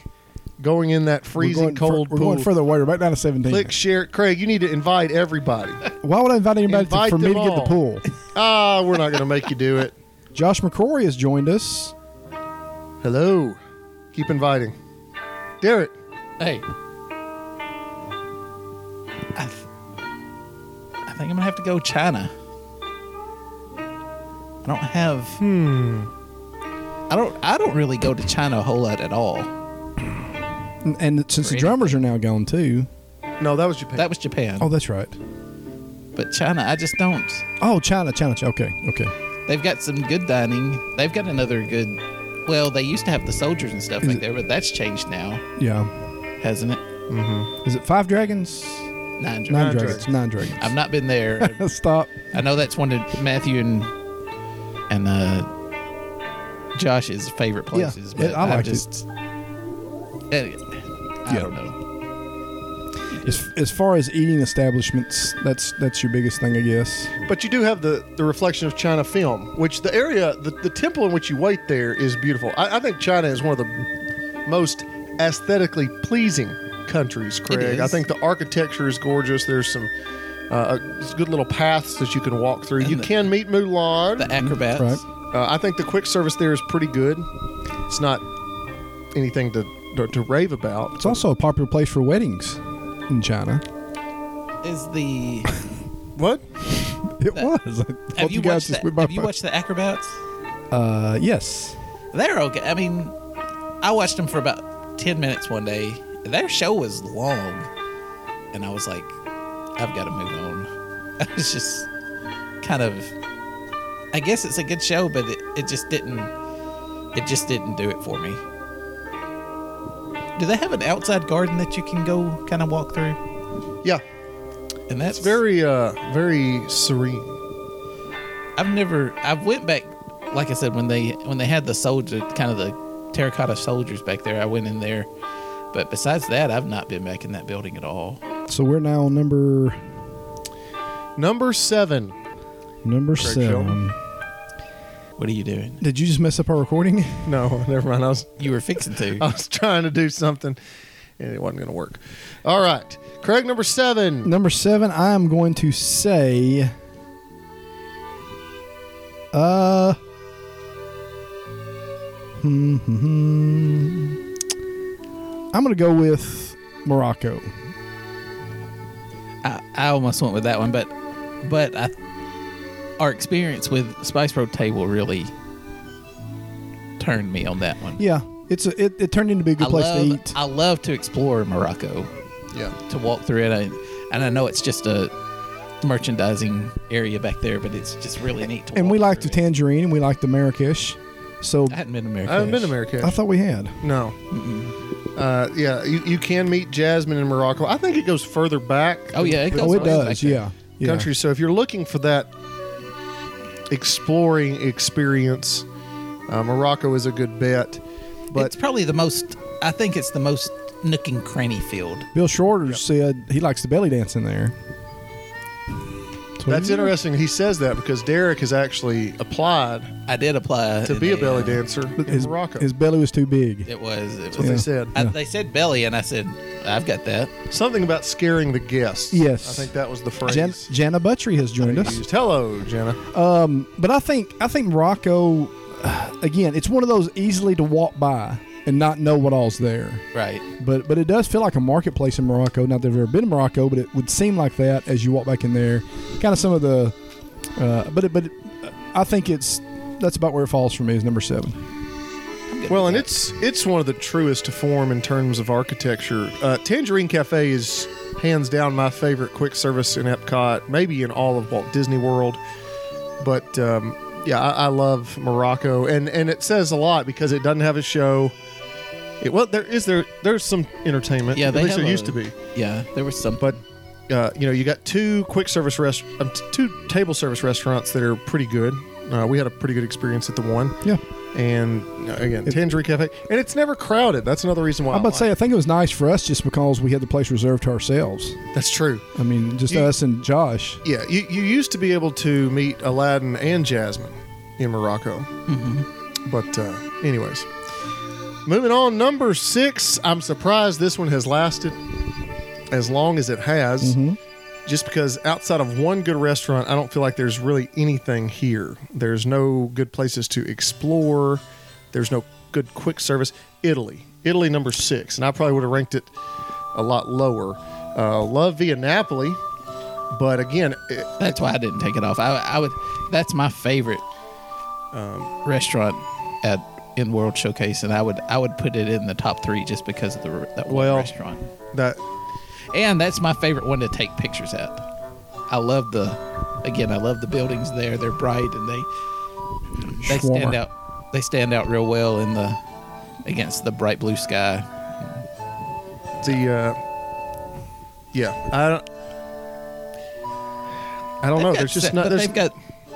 going in that freezing
we're going
cold
fur-
pool.
We're going further away. We're back down to 17.
Click share, Craig. You need to invite everybody.
Why would I invite anybody to,
Invite
for
them
me to get the
all.
pool?
Ah, we're not going to make you do it.
Josh McCrory has joined us.
Hello, keep inviting. Derek,
Hey, I, th- I think I'm gonna have to go China. I don't have. Hmm. I don't. I don't really go to China a whole lot at all.
And, and since the
Great.
drummers are now gone too.
no, that was Japan.
That was Japan,
Oh, that's right.
but China, I just don't.
Oh, China, China, China. Okay, okay.
They've got some good dining. They've got another good. Well, they used to have the soldiers and stuff
Is
back
it-
there, but that's changed now,
Yeah.
hasn't it?
Is it Five Dragons?
Nine.
Nine,
Nine.
dragons. Nine Dragons.
I've not been there.
Stop.
I know that's one of Matthew and and uh, Josh's favorite places,
Yeah,
but
I
I,
liked it.
just eh, I
Yeah.
don't know.
As, as far as eating establishments, that's that's your biggest thing, I guess.
But you do have the, the reflection of China film, which the area, the, the temple in which you wait there is beautiful. I, I think China is one of the most aesthetically pleasing countries, Craig. I
is.
think the architecture is gorgeous. There's some uh, it's good little paths that you can walk through. you
the-
can meet Mulan.
The acrobats.
Right.
uh, I think the quick service there is pretty good. It's not anything to, to, to rave about.
It's also a popular place for weddings in China.
Is the
What?
It was. I thought
have you,
guys
watched
just
the,
went by-
have you watched the acrobats?
Uh, yes.
They're okay. I mean, I watched them for about ten minutes one day. Their show was long, and I was like, I've got to move on. I was just kind of. I guess it's a good show, but it, it just didn't. It just didn't do it for me. Do they have an outside garden that you can go kind of walk through?
Yeah.
And that's
It's very, uh, very serene.
I've never. I went back, like I said, when they when they had the soldier, kind of the terracotta soldiers back there. I went in there, but besides that, I've not been back in that building at all.
So we're now on number
Number seven.
number
Joe.
seven.
What are you doing?
Did you just mess up our recording?
No, never mind. I was
You were fixing
I
to.
was trying to do something and it wasn't going to work. All right. Craig, number seven.
Number seven, I am going to say. Uh. hmm, hmm, hmm. I'm going to go with Morocco.
I, I almost went with that one, but but I our experience with Spice Road Table really turned me on that one.
Yeah, it's a, it, it turned into be a good
I
place
love,
to eat.
I love to explore Morocco,
Yeah.
to walk through it, I, and I know it's just a merchandising area back there, but it's just really neat. To
and
walk
we like
through
the
it.
tangerine and we like the Marrakesh. So
I hadn't been to America.
I haven't been to America.
I thought we had.
No. Uh, yeah, you, you can meet Jasmine in Morocco. I think it goes further back.
Oh yeah, it goes
Oh, it
way back
does.
there.
Yeah. yeah.
countries. So if you're looking for that exploring experience, uh, Morocco is a good bet. But
it's probably the most. I think it's the most nook and cranny field.
Bill Shorter said he likes the belly dance in there.
that's
it.
interesting. He says that because Derek has actually applied
I did apply
to
in
be a
the,
belly
uh,
dancer in
His,
Morocco.
his belly was too big.
It was. It
what
was
they said.
I, They said belly, and I said I've got that.
Something about scaring the guests.
Yes.
I think that was the phrase.
Jan, Jana Buttrey has joined
they
us.
used. Hello, Jenna.
But I think I think Morocco, again, it's one of those easily to walk by and not know what all's there.
Right.
But but it does feel like a marketplace in Morocco. Not that I've ever been to Morocco, but it would seem like that as you walk back in there. Kind of some of the, uh, but it, but it, I think it's that's about where it falls for me is number seven.
Well, and it's it's one of the truest to form in terms of architecture. Uh, Tangerine Cafe is hands down my favorite quick service in Epcot, maybe in all of Walt Disney World. But um, yeah, I, I love Morocco, and and it says a lot because it doesn't have a show. It, well, there is there there's some entertainment.
Yeah,
at
they
least there
have a-
used to be.
Yeah, there was some.
But uh, you know, you got two quick service rest, um, t- two table service restaurants that are pretty good. Uh, we had a pretty good experience at the one
Yeah,
and uh, again Tangerine Cafe, and it's never crowded. That's another reason why
I'm about
I
to say
like
I think it was nice for us just because we had the place reserved to ourselves.
it. that's true.
I mean, just
You-
us and Josh.
Yeah, you, you used to be able to meet Aladdin and Jasmine in Morocco, but uh, anyways, moving on. Number six, I'm surprised this one has lasted as long as it has. Just because outside of one good restaurant, I don't feel like there's really anything here. There's no good places to explore. There's no good quick service. Italy, Italy number six, and I probably would have ranked it a lot lower. Uh, love Via Napoli, but again, it,
that's why I didn't take it off. I, I would. That's my favorite
Um,
restaurant at in World Showcase, and I would I would put it in the top three just because of the re- that one
Well-
restaurant.
that
And that's my favorite one to take pictures at. I love the, again, I love the buildings there. They're bright and they they stand
Shawarma.
out. They stand out real well in the against the bright blue sky.
the uh, yeah, I don't. I don't know.
They've
There's
got
just
se-
not.
but
There's,
they've got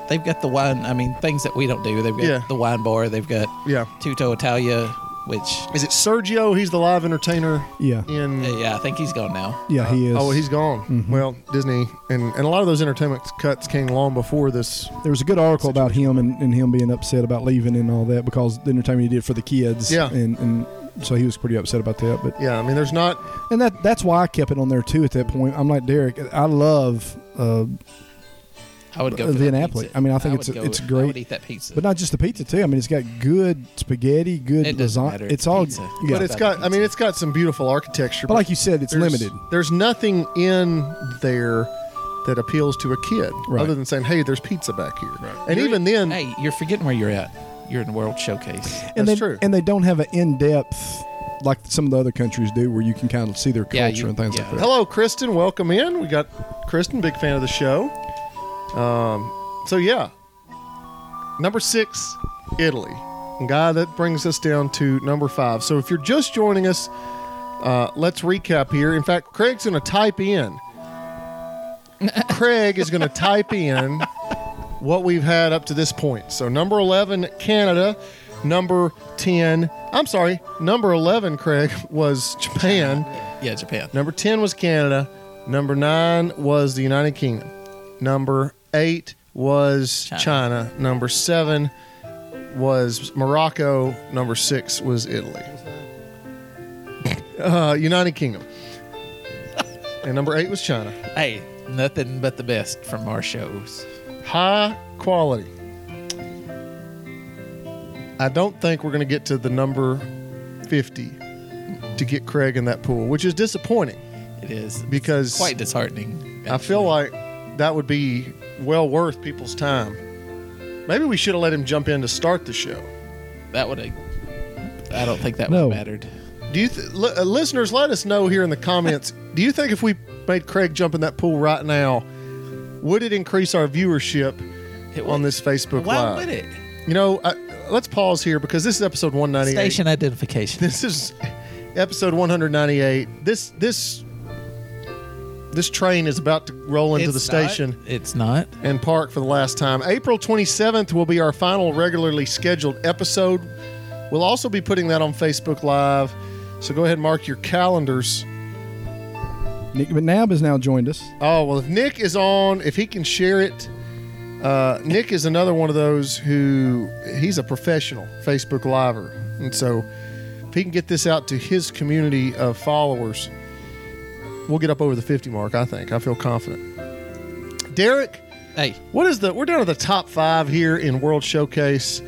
they've got the wine. I mean, things that we don't do. They've got
Yeah.
the wine bar. They've got
yeah.
Tuto Italia, which
Is it Sergio? He's the live entertainer
Yeah,
in.
yeah, I think he's gone now.
yeah, he is. Mm-hmm.
Oh, he's gone. Well, Disney and, and a lot of those entertainment cuts came long before this.
There was a good article about him and, and him being upset about leaving and all that because the entertainment he did for the kids.
Yeah.
And, and so he was pretty upset about that. But
Yeah, I mean, there's not.
and that that's why I kept it on there too at that point. I'm like Derek, I love uh,
I would go
Uh,
for
the
that
Napoli.
pizza.
I mean, I think
would
it's a-
go-
it's
I
great.
would eat that pizza.
but not just the pizza too. I mean, it's got good spaghetti, good
It doesn't matter.
lasagna. It's all
Pizza.
yeah.
But it's got. I mean, it's got some beautiful architecture.
But like you said, it's
there's-
limited.
There's nothing in there that appeals to a kid,
Right.
other than saying, "Hey, there's pizza back here." Right. And
You're-
even then,
hey, you're forgetting where you're at. You're in World Showcase.
and
that's
they,
true.
And they don't have an in depth like some of the other countries do, where you can kind of see their culture
Yeah, you-
and things
yeah.
like that.
Hello, Kristen. Welcome in. We got Kristen, big fan of the show. Um, so yeah, number six, Italy. And guy, that brings us down to number five. So if you're just joining us, uh, let's recap here. In fact, Craig's going to type in. Craig is going to type in what we've had up to this point. So number 11 Canada, number 10, I'm sorry, number 11 Craig was Japan.
Yeah, Japan.
Number 10 was Canada. Number 9 was the United Kingdom. Number 8 was China.
China.
Number 7 was Morocco. Number 6 was Italy. Uh, United Kingdom. And number 8 was China.
Hey, nothing but the best from our shows.
High quality. I don't think we're going to get to the number 50 to get Craig in that pool, which is disappointing.
It is
Because-
quite disheartening.
I feel like that would be well worth people's time. Maybe we should have let him jump in to start the show.
That would have. I don't think that
No.
would have mattered.
Do you, th- li- uh, listeners, let us know here in the comments. do you think if we made Craig jump in that pool right now, would it increase our viewership on this Facebook
Why
Live?
would it?
You know, I, let's pause here because this is episode 198.
Station identification.
This is episode 198. This this this train is about to roll into the
It's not-
station
It's not.
and park for the last time. April 27th will be our final regularly scheduled episode. We'll also be putting that on Facebook Live. So go ahead and mark your calendars.
Nick McNabb has now joined us.
Oh, well, if Nick is on, if he can share it, uh, Nick is another one of those who he's a professional Facebook Liver. And so if he can get this out to his community of followers, we'll get up over the 50 mark, I think. I feel confident. Derek.
Hey,
What is the? We're down to the top five here in World Showcase.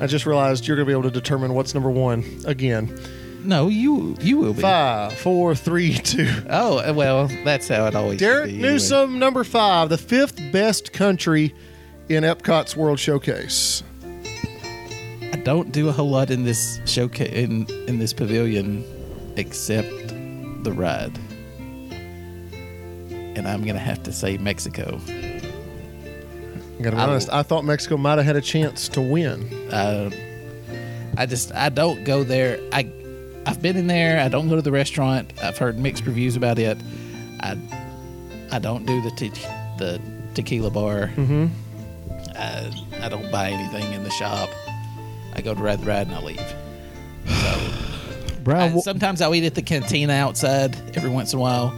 I just realized you're going to be able to determine what's number one again.
no, you you will be.
Five, four, three, two.
Oh uh, well, that's how it always. should
Derek
be anyway.
Newsom, number five, the fifth best country in Epcot's World Showcase.
I don't do a whole lot in this showcase in in this pavilion, except the ride. And I'm gonna have to say Mexico.
I gotta be
I-
honest, I thought Mexico might have had a chance to win.
Uh, I just I don't go there. I I've been in there. I don't go to the restaurant. I've heard mixed reviews about it. I I don't do the te- the tequila bar. Mm-hmm. I, I don't buy anything in the shop. I go to ride the ride and I leave.
Brian,
I-
Wa-
sometimes I'll eat at the cantina outside every once in a while.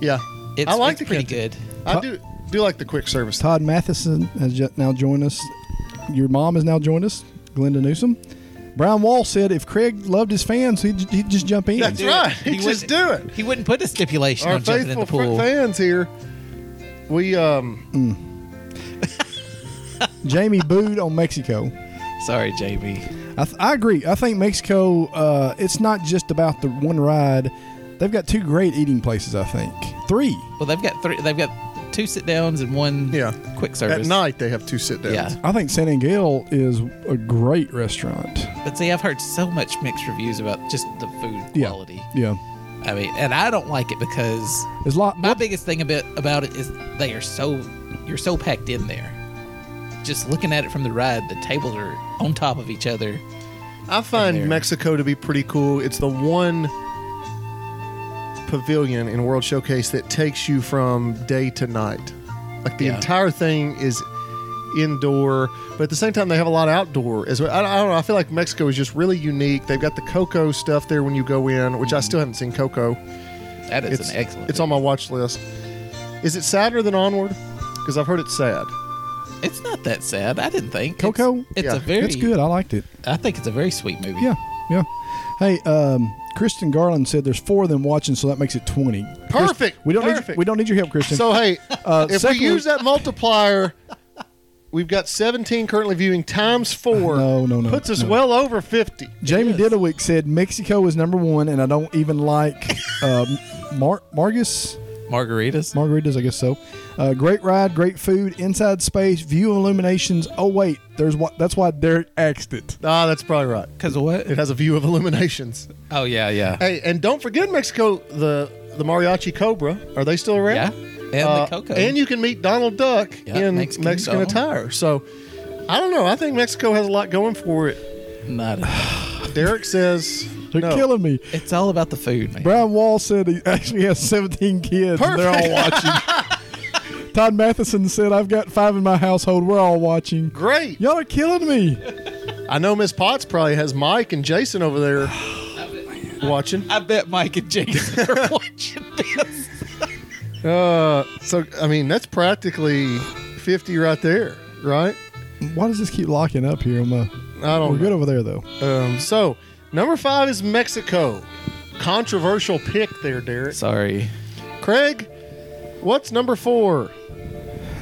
Yeah,
It's,
I like
it's
the
pretty
country.
good.
I do do like the quick service.
Todd Matheson has ju- now joined us. Your mom has now joined us, Glenda Newsom. Brian Wall said if Craig loved his fans, he'd, he'd just jump in.
That's right. He just do it.
He wouldn't put a stipulation
Our
on jumping in
faithful
the
fr-
pool.
fans here, we um,
Jamie booed on Mexico.
Sorry, JB.
I, th- I agree. I think Mexico, uh, it's not just about the one ride. They've got two great eating places, I think. Three.
Well, they've got three. They've got two sit downs and one
Yeah.
quick
at
service
night they have two sit downs.
Yeah,
I think San Miguel is a great restaurant.
but see, I've heard so much mixed reviews about just the food
Yeah.
quality.
Yeah.
I mean, and I don't like it because
There's a lot.
my biggest thing about about it is they are so you're so packed in there. Just looking at it from the ride, the tables are on top of each other.
I find Mexico to be pretty cool. It's the one pavilion in World Showcase that takes you from day to night. Like the
Yeah.
entire thing is indoor, but at the same time they have a lot outdoor as well. I, I don't know. I feel like Mexico is just really unique. They've got the cocoa stuff there when you go in, which I still haven't seen cocoa.
That is an excellent.
It's on my watch list. Is it sadder than Onward? Because I've heard it's sad.
It's not that sad. I didn't think.
Coco?
It's, it's
Yeah.
a very.
It's good. I liked it.
I think it's a very sweet movie.
Yeah. Yeah. Hey, um, Kristen Garland said there's four of them watching, so that makes it 20. Kristen-
Perfect.
we don't need
Perfect.
we don't need your help, Kristen.
So hey,
Uh,
if we
secondly-
use that multiplier, we've got 17 currently viewing times four.
Uh, No, no, no,
Puts us
no.
well over 50.
Jamie Didowick said Mexico is number one, and I don't even like uh, Mar- Margus
Margaritas.
margaritas, I guess so. Uh, great ride, great food, inside space, view of illuminations. Oh wait, there's what that's why Derek axed it.
Ah, that's probably right.
Because of what?
It has a view of illuminations.
Oh yeah, yeah,
Hey, and don't forget Mexico, the the mariachi cobra. Are they still
yeah.
around?
And
Uh,
the cocoa.
and you can meet Donald Duck
Yeah,
in
Mexican
Mexican,
Donald.
attire. So, I don't know. I think Mexico has a lot going for it.
not.
Derek says
They're
no.
killing me.
It's all about the food, man.
Brian Wall said he actually has 17 kids, and they're all watching. Todd Matheson said, "I've got five in my household. We're all watching.
Great.
Y'all are killing me."
I know Miss Potts probably has Mike and Jason over there watching.
I bet Mike and Jason are watching this.
Uh, so I mean that's practically fifty right there, right?
Why does this keep locking up here? I'm, uh,
I
we're
don't.
good
Know.
over there though.
Um, so number five is Mexico. Controversial pick there, Derek.
Sorry.
Craig, what's number four?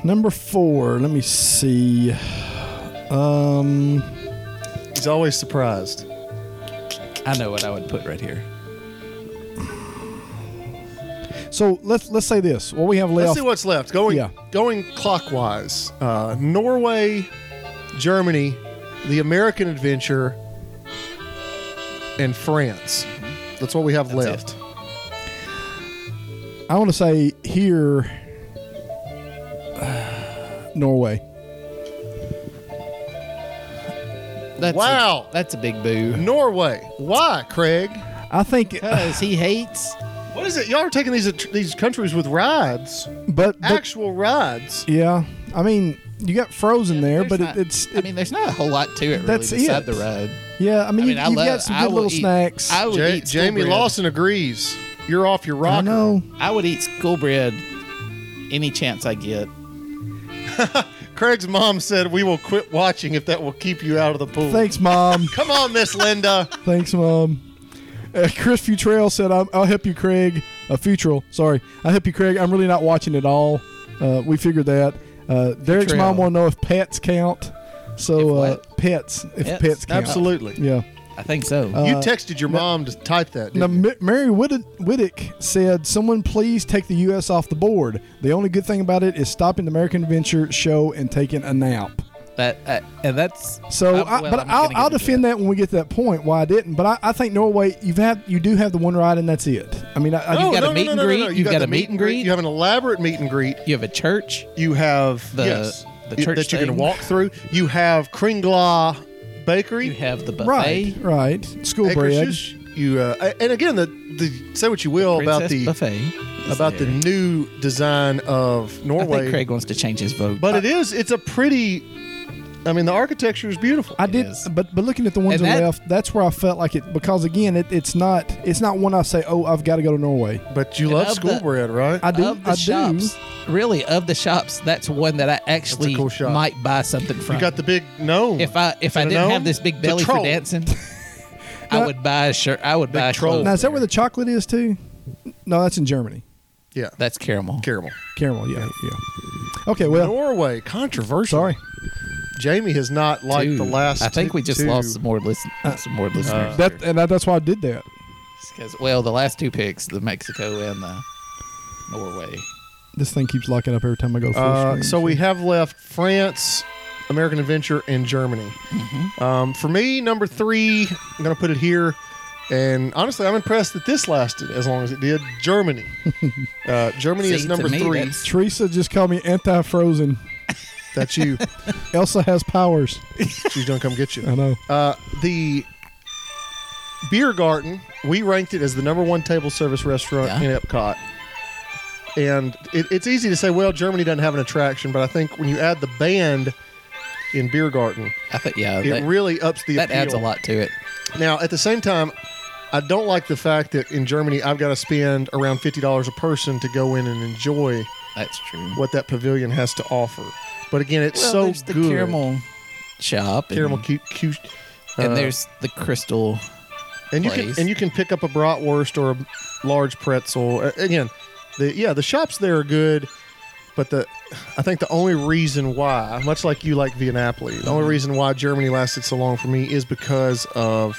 Number four. Let me see. Um,
He's always surprised.
I know what I would put right here.
So let's let's say this. What we have
Let's
left.
see what's left. Going
Yeah.
going clockwise. Uh, Norway, Germany, the American Adventure, and France. That's what we have left.
it.
I want to say here, Norway.
That's a-
Wow.
that's a big boo.
Norway. Why, Craig?
I think,
Because he hates.
What is it? Y'all are taking these these countries with rides,
but, but
actual rides.
yeah, I mean, you got Frozen there,
There's
but
not-
it, it's
I mean, there's not a whole lot to it. Really,
That's
beside
it.
the ride.
yeah. I mean,
I mean,
you,
I
have
love.
got some
I
good
will
little
eat-
snacks.
I would
Ja-
eat school
Jamie
bread.
Lawson agrees. You're off your rocker.
I know.
I would eat school bread any chance I get.
Craig's mom said we will quit watching if that will keep you out of the pool.
Thanks, mom.
Come on, Miss Linda.
Thanks, mom. Uh, Chris Futrell said, I'm, "I'll help you, Craig. Uh, Futrell, sorry, I'll help you, Craig. I'm really not watching at all. Uh, we figured that. Uh, Derek's
Futrell.
mom want to know if pets count.
If
So uh,
what?
pets, if pets,
Pets?
count.
Absolutely.
Yeah.
I think so.
Oh,
you texted your mom to type that.
Now,
didn't you?
M- Mary Whitt- Whittick said, "Someone please take the U.S. off the board. The only good thing about it is stopping the American Adventure show and taking a nap."
that uh, and that's
So,
I'm-
I,
well,
but
I'm
I'll,
gonna get
I'll
into
defend that when we get to that point. Why I didn't, but I, I think Norway, you've had, you do have the one ride, and that's it. I mean, I, I,
No. you've got a meet and greet,
You
you've got
the
a meet and greet.
You have an elaborate meet and greet.
You have a church.
You have
The-
yes,
the
you-
church
that you can
thing.
walk through. You have Kringla Bakery.
You have the buffet.
right, right, school bread.
Akershus. You uh, and again the the say what you will about
Princess
the
buffet. is
about the
there.
new design of
I think
Norway.
Craig wants to change his vote.
but it is it's a pretty. I mean, the architecture is beautiful.
I did,
is.
but but looking at the ones
And
that
that-
left, that's where I felt like it because again, it, it's not it's not one I say, oh, I've got to go to Norway.
But you
And
love
of
school
the-
bread, right?
I do,
of the
I do.
shops, really of the shops, that's one that I actually
cool shop.
might buy something from.
you got the big gnome.
if I if
it
I
a
didn't
gnome?
have this big
It's a
belly for
troll.
dancing, I would buy a shirt. I would buy a
troll.
troll.
Now is that where the chocolate is too? No, that's in Germany.
yeah,
That's caramel.
caramel.
Caramel, yeah, yeah. Okay, well,
Norway controversial.
sorry.
Jamie has not liked
Dude,
the last.
I think
two-
we just
two.
lost some more listen, some more listeners.
Uh, That and that, that's why I did that.
Because well, the last two picks, the Mexico and the Norway.
This thing keeps locking up every time I go. Full
Uh,
screen.
so we have left France, American Adventure, and Germany.
Mm-hmm.
Um, for me, number three, I'm going to put it here. And honestly, I'm impressed that this lasted as long as it did. Germany. Uh, Germany
See,
is
to
number
me,
three.
that's-
Teresa just called me anti-frozen.
That's you.
Elsa has powers.
She's going to come get you.
I know.
Uh, the Beer Garden, we ranked it as the number one table service restaurant
Yeah.
in Epcot. And it, it's easy to say, well, Germany doesn't have an attraction, but I think when you add the band in Beer Garden,
I think yeah,
it
that,
really ups the
that
appeal.
adds a lot to it.
Now, at the same time, I don't like the fact that in Germany I've got to spend around fifty dollars a person to go in and enjoy
That's true.
what that pavilion has to offer. But again, it's
well,
so
there's the
good.
caramel shop, and-
caramel cute, cute.
and,
uh,
there's the crystal.
and you can
place.
and you can pick up a bratwurst or a large pretzel. Uh, Again, the yeah the shops there are good, but the I think the only reason why, much like you like Viennapoli, the only reason why Germany lasted so long for me is because of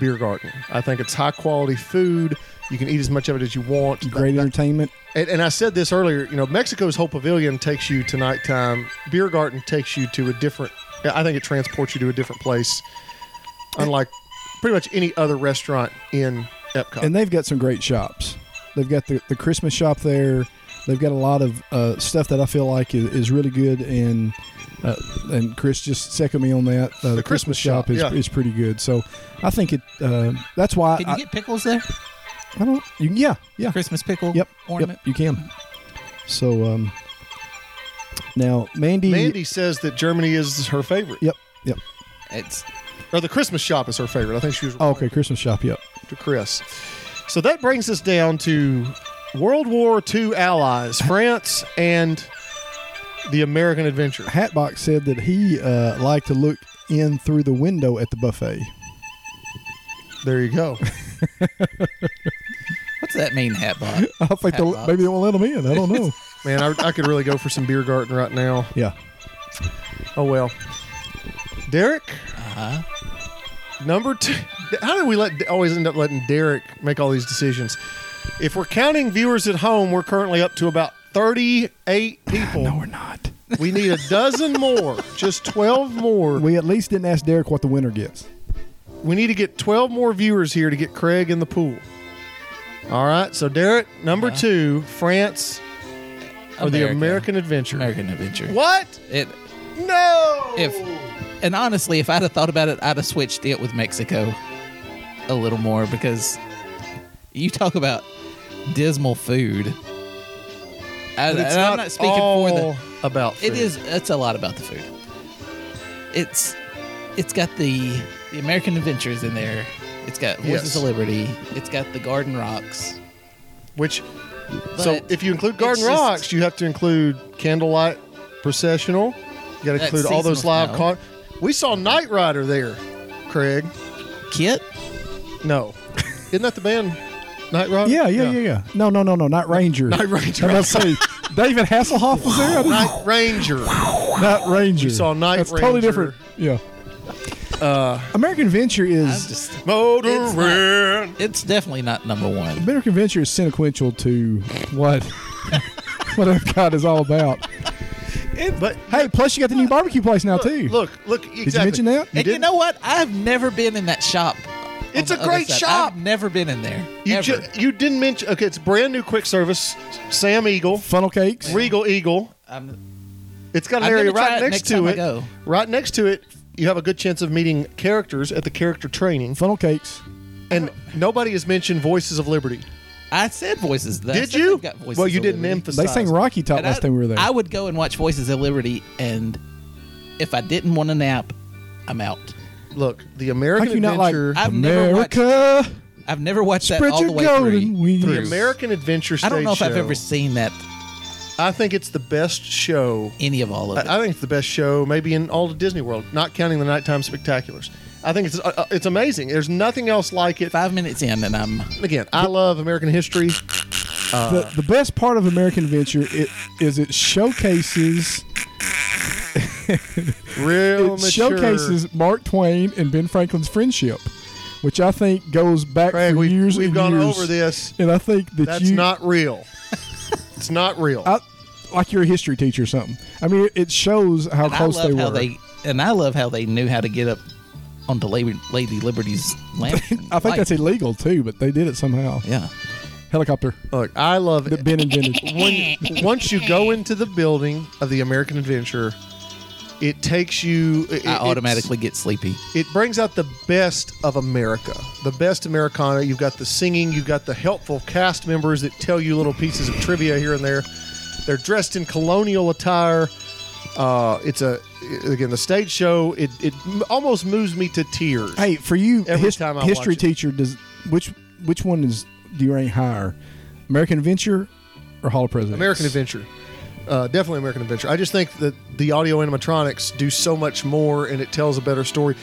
beer garden. I think it's high quality food. You can eat as much of it as you want.
Great entertainment.
And, and I said this earlier. You know, Mexico's whole pavilion takes you to nighttime. Beer garden takes you to a different. I think it transports you to a different place, unlike pretty much any other restaurant in Epcot.
and they've got some great shops. They've got the, the Christmas shop there. They've got a lot of uh, stuff that I feel like is, is really good, and uh, and Chris just seconded me on that. Uh,
Christmas
the, Christmas,
shop,
shop, is,
yeah.
is pretty good, so I think it. Uh, that's why
Can you
I,
get pickles there?
I don't. You, can- yeah, yeah.
Christmas pickle
yep,
ornament.
yep. You can. So um, now Mandy.
Mandy says that Germany is her favorite,
Yep, yep.
It's
or the Christmas shop is her favorite. I think she was
Oh, okay, Christmas shop. Yep.
to Chris. So that brings us down to World War II allies, France and the American Adventure.
Hatbox said that he uh, liked to look in through the window at the buffet.
There you go.
what's that mean, Hatbot?
I think they'll,
Hatbox.
maybe they won't let him in. I don't know.
Man, I, I could really go for some beer garden right now.
yeah.
Oh well, Derek.
Uh-huh.
Number two. How did we let always end up letting Derek make all these decisions? If we're counting viewers at home, we're currently up to about 38 people.
No, we're not.
we need a dozen more, just 12 more.
We at least didn't ask Derek what the winner gets.
We need to get 12 more viewers here to get Craig in the pool. All right. So, Derek, number
Uh-huh.
two, France or the American Adventure.
American Adventure.
What?
It,
No.
if and honestly, if I'd have thought about it, I'd have switched it with Mexico a little more because you talk about dismal food. I,
But it's
and
not
I'm not speaking
all
for the.
about
It
food.
is. It's a lot about the food. It's it's got the the American Adventures in there. It's got
Yes.
Voices of Liberty. It's got the Garden Rocks.
Which, so
But
if you include
it's
Garden
just-
Rocks, you have to include Candlelight Processional. You got to
That's
include all those
seasonal
live.
snow.
Con- we saw Knight Rider there, Craig.
Kit.
No, isn't that the band? Night Rider.
Yeah, yeah, yeah, yeah. No, no, no, no. Not Ranger.
Night Ranger.
I'm about to say David Hasselhoff was there.
Night Ranger.
Not Ranger.
We saw Night
That's totally
Ranger.
different. Yeah. American Adventure
I
is
just. It's not-
Motorhead.
It's definitely not number one.
American Adventure is sequential to what what I've got is all about.
But
Hey, plus you got the new barbecue place now too.
look, look. Exactly.
mention that?
You
and you
didn't.
know what? I've never been in that shop.
It's a
on the other
great
side.
shop.
I've never been in there.
You,
ever.
ju- you didn't mention. Okay, it's brand new quick service. Sam Eagle,
Funnel cakes.
Regal Eagle.
I'm-
It's got an
I'm
area
gonna try
right next
it next time
to
I
it.
go.
Right next to it, you have a good chance of meeting characters at the character training.
Funnel cakes.
And nobody has mentioned Voices of Liberty.
I said voices. That
Did you?
Got voices
Well, you
of
didn't
Liberty.
They
emphasize.
sang Rocky Top
And
last
I,
time we were there.
I would go and watch Voices of Liberty, and if I didn't want a nap, I'm out.
Look, the
How
American
can you not like
Adventure.
I've never
America?
I've never watched that
Spread
all the
your
way
golden
through.
wings.
the American Adventure
I
stage
don't know if I've
show,
ever seen that
I think it's the best show.
any of all of it.
I I think it's the best show maybe in all of Disney World, not counting the nighttime spectaculars. I think it's uh, uh, it's amazing. There's nothing else like it.
Five minutes in, and I'm
Again, I love American history.
the, the best part of American Adventure it, is it showcases
Real
it
mature.
showcases Mark Twain and Ben Franklin's friendship, which I think goes back
Craig,
for
we've,
years
we've
and
gone
years.
over this.
And I think that
That's
you
not real. it's not real.
I, like you're a history teacher or something. I mean, it shows how
and I
close
love
they were.
how they and I love how they knew how to get up onto Lady, Lady Liberty's land.
I think that's illegal too, but they did it somehow.
yeah.
Helicopter
Look, I love
that
it.
Ben invented.
When, once you go into the building of the American Adventure, it takes you. It,
I
it's-
automatically get sleepy.
it brings out the best of America, the best Americana. You've got the singing, you've got the helpful cast members that tell you little pieces of trivia here and there. They're dressed in colonial attire. Uh, it's a again the stage show. It it m- almost moves me to tears.
hey, for you,
Every
his-
time I
history
watch it.
teacher, does which which one is do you rank higher, American Adventure or Hall of Presidents?
American Adventure, uh, definitely American Adventure. I just think that the audio animatronics do so much more, and it tells a better story.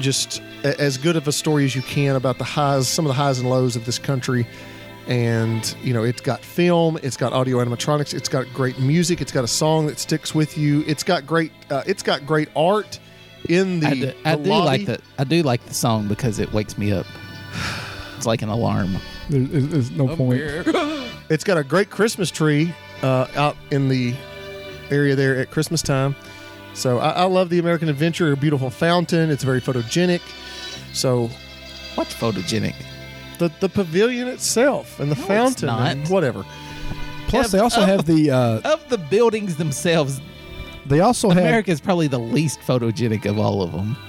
Just a- as good of a story as you can about the highs, some of the highs and lows of this country. And you know, it's got film, it's got audio animatronics, it's got great music, it's got a song that sticks with you, it's got great, uh, it's got great art in the.
I do, I
the
do
lobby.
like the I do like the song because it wakes me up. It's like an alarm.
There- there's, there's no point.
It's got a great Christmas tree uh, out in the area there at Christmas time. So I, I love the American Adventure. Beautiful fountain. It's very photogenic. So
What's photogenic?
the the pavilion itself and the
it's
fountain, and
not.
whatever.
Plus, they also have the uh,
Of the buildings themselves,
they also have
America is probably the least photogenic of all of them.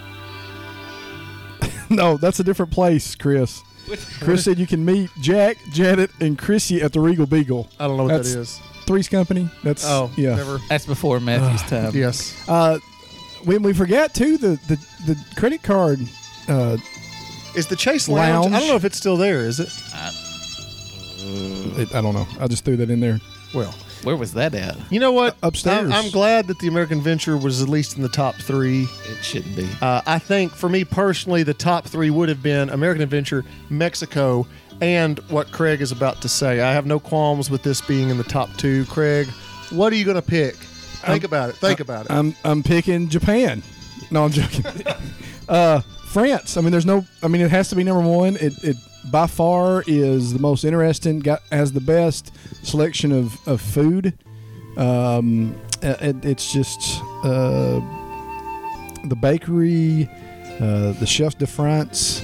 no. That's a different place, Chris. Chris said you can meet Jack, Janet, and Chrissy at the Regal Beagle.
I don't know what
That's
that is.
Three's Company. That's
Oh,
yeah.
never.
That's before Matthew's time.
Yes.
Uh, when we forget too the the, the credit card. Uh,
Is the Chase Lounge? I
Lounge.
don't know if it's still there. Is it?
it, I don't know. I just threw that in there.
Well,
Where was that at?
you know what?
Upstairs.
I'm, I'm glad that the American Adventure was at least in the top three.
It shouldn't be.
Uh, I think for me personally, the top three would have been American Adventure, Mexico, and what Craig is about to say. I have no qualms with this being in the top two. Craig, what are you going to pick? Think about it. Think about it.
I'm I'm picking Japan. No, I'm joking. uh, France. I mean, there's no. I mean, it has to be number one. It it by far is the most interesting. Got has the best selection of of food. Um, uh, it, it's just uh, the bakery, uh, the chef de France.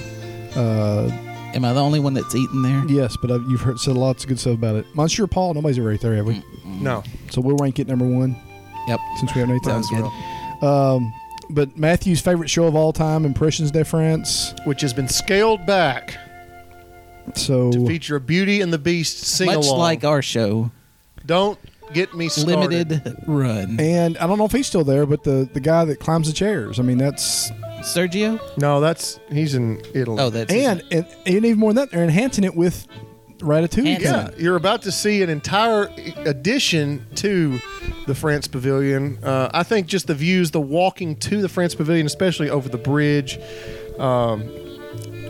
Uh,
Am I the only one that's eating there?
yes, but I've, you've heard said lots of good stuff about it. Monsieur Paul, nobody's ever ate there, have we?
No.
So we'll rank it number one
Mm. Yep.
since we have Nathan.
Sounds good.
Um, but Matthew's favorite show of all time, Impressions de France.
Which has been scaled back
So
to feature a Beauty and the Beast sing
Much
along.
like our show,
Don't get me started.
limited run.
And I don't know if he's still there, but the, the guy that climbs the chairs. I mean, that's
Sergio?
No, that's he's in Italy.
Oh, that's
and, and and even more than that, they're enhancing it with Ratatouille.
Enhancing
yeah. You're about to see an entire addition to the France Pavilion. Uh, I think just the views, the walking to the France Pavilion, especially over the bridge. Um,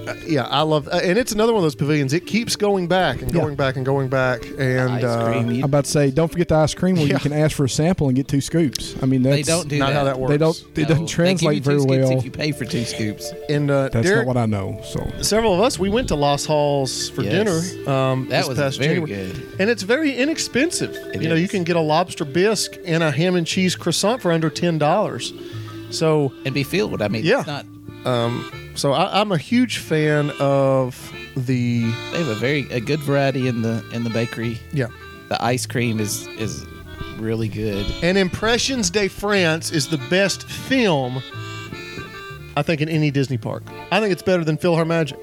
uh, yeah, I love, uh, and it's another one of those pavilions. It keeps going back and
Yeah.
going back and going back, and
ice
uh,
cream.
I'm
You-
about to say, don't forget the ice cream where
Yeah.
you can ask for a sample and get two scoops. I mean, that's,
they don't do
not
that.
how that works.
They don't. It
No,
doesn't translate
they give
very
you two scoops
well.
If you pay for two scoops,
And uh,
That's
Derek,
not what I know. So
several of us we went to Los Halls for
Yes.
dinner. Um,
That
this
was
past
very
January.
good.
and it's very inexpensive.
It
you know,
is.
you can get a lobster bisque and a ham and cheese croissant for under ten dollars. So,
and be filled. I mean,
Yeah.
it's not.
so I, I'm a huge fan of the
They have a very a good variety in the in the bakery.
yeah.
The ice cream is is really good.
And Impressions de France is the best film I think in any Disney park. I think it's better than PhilharMagic.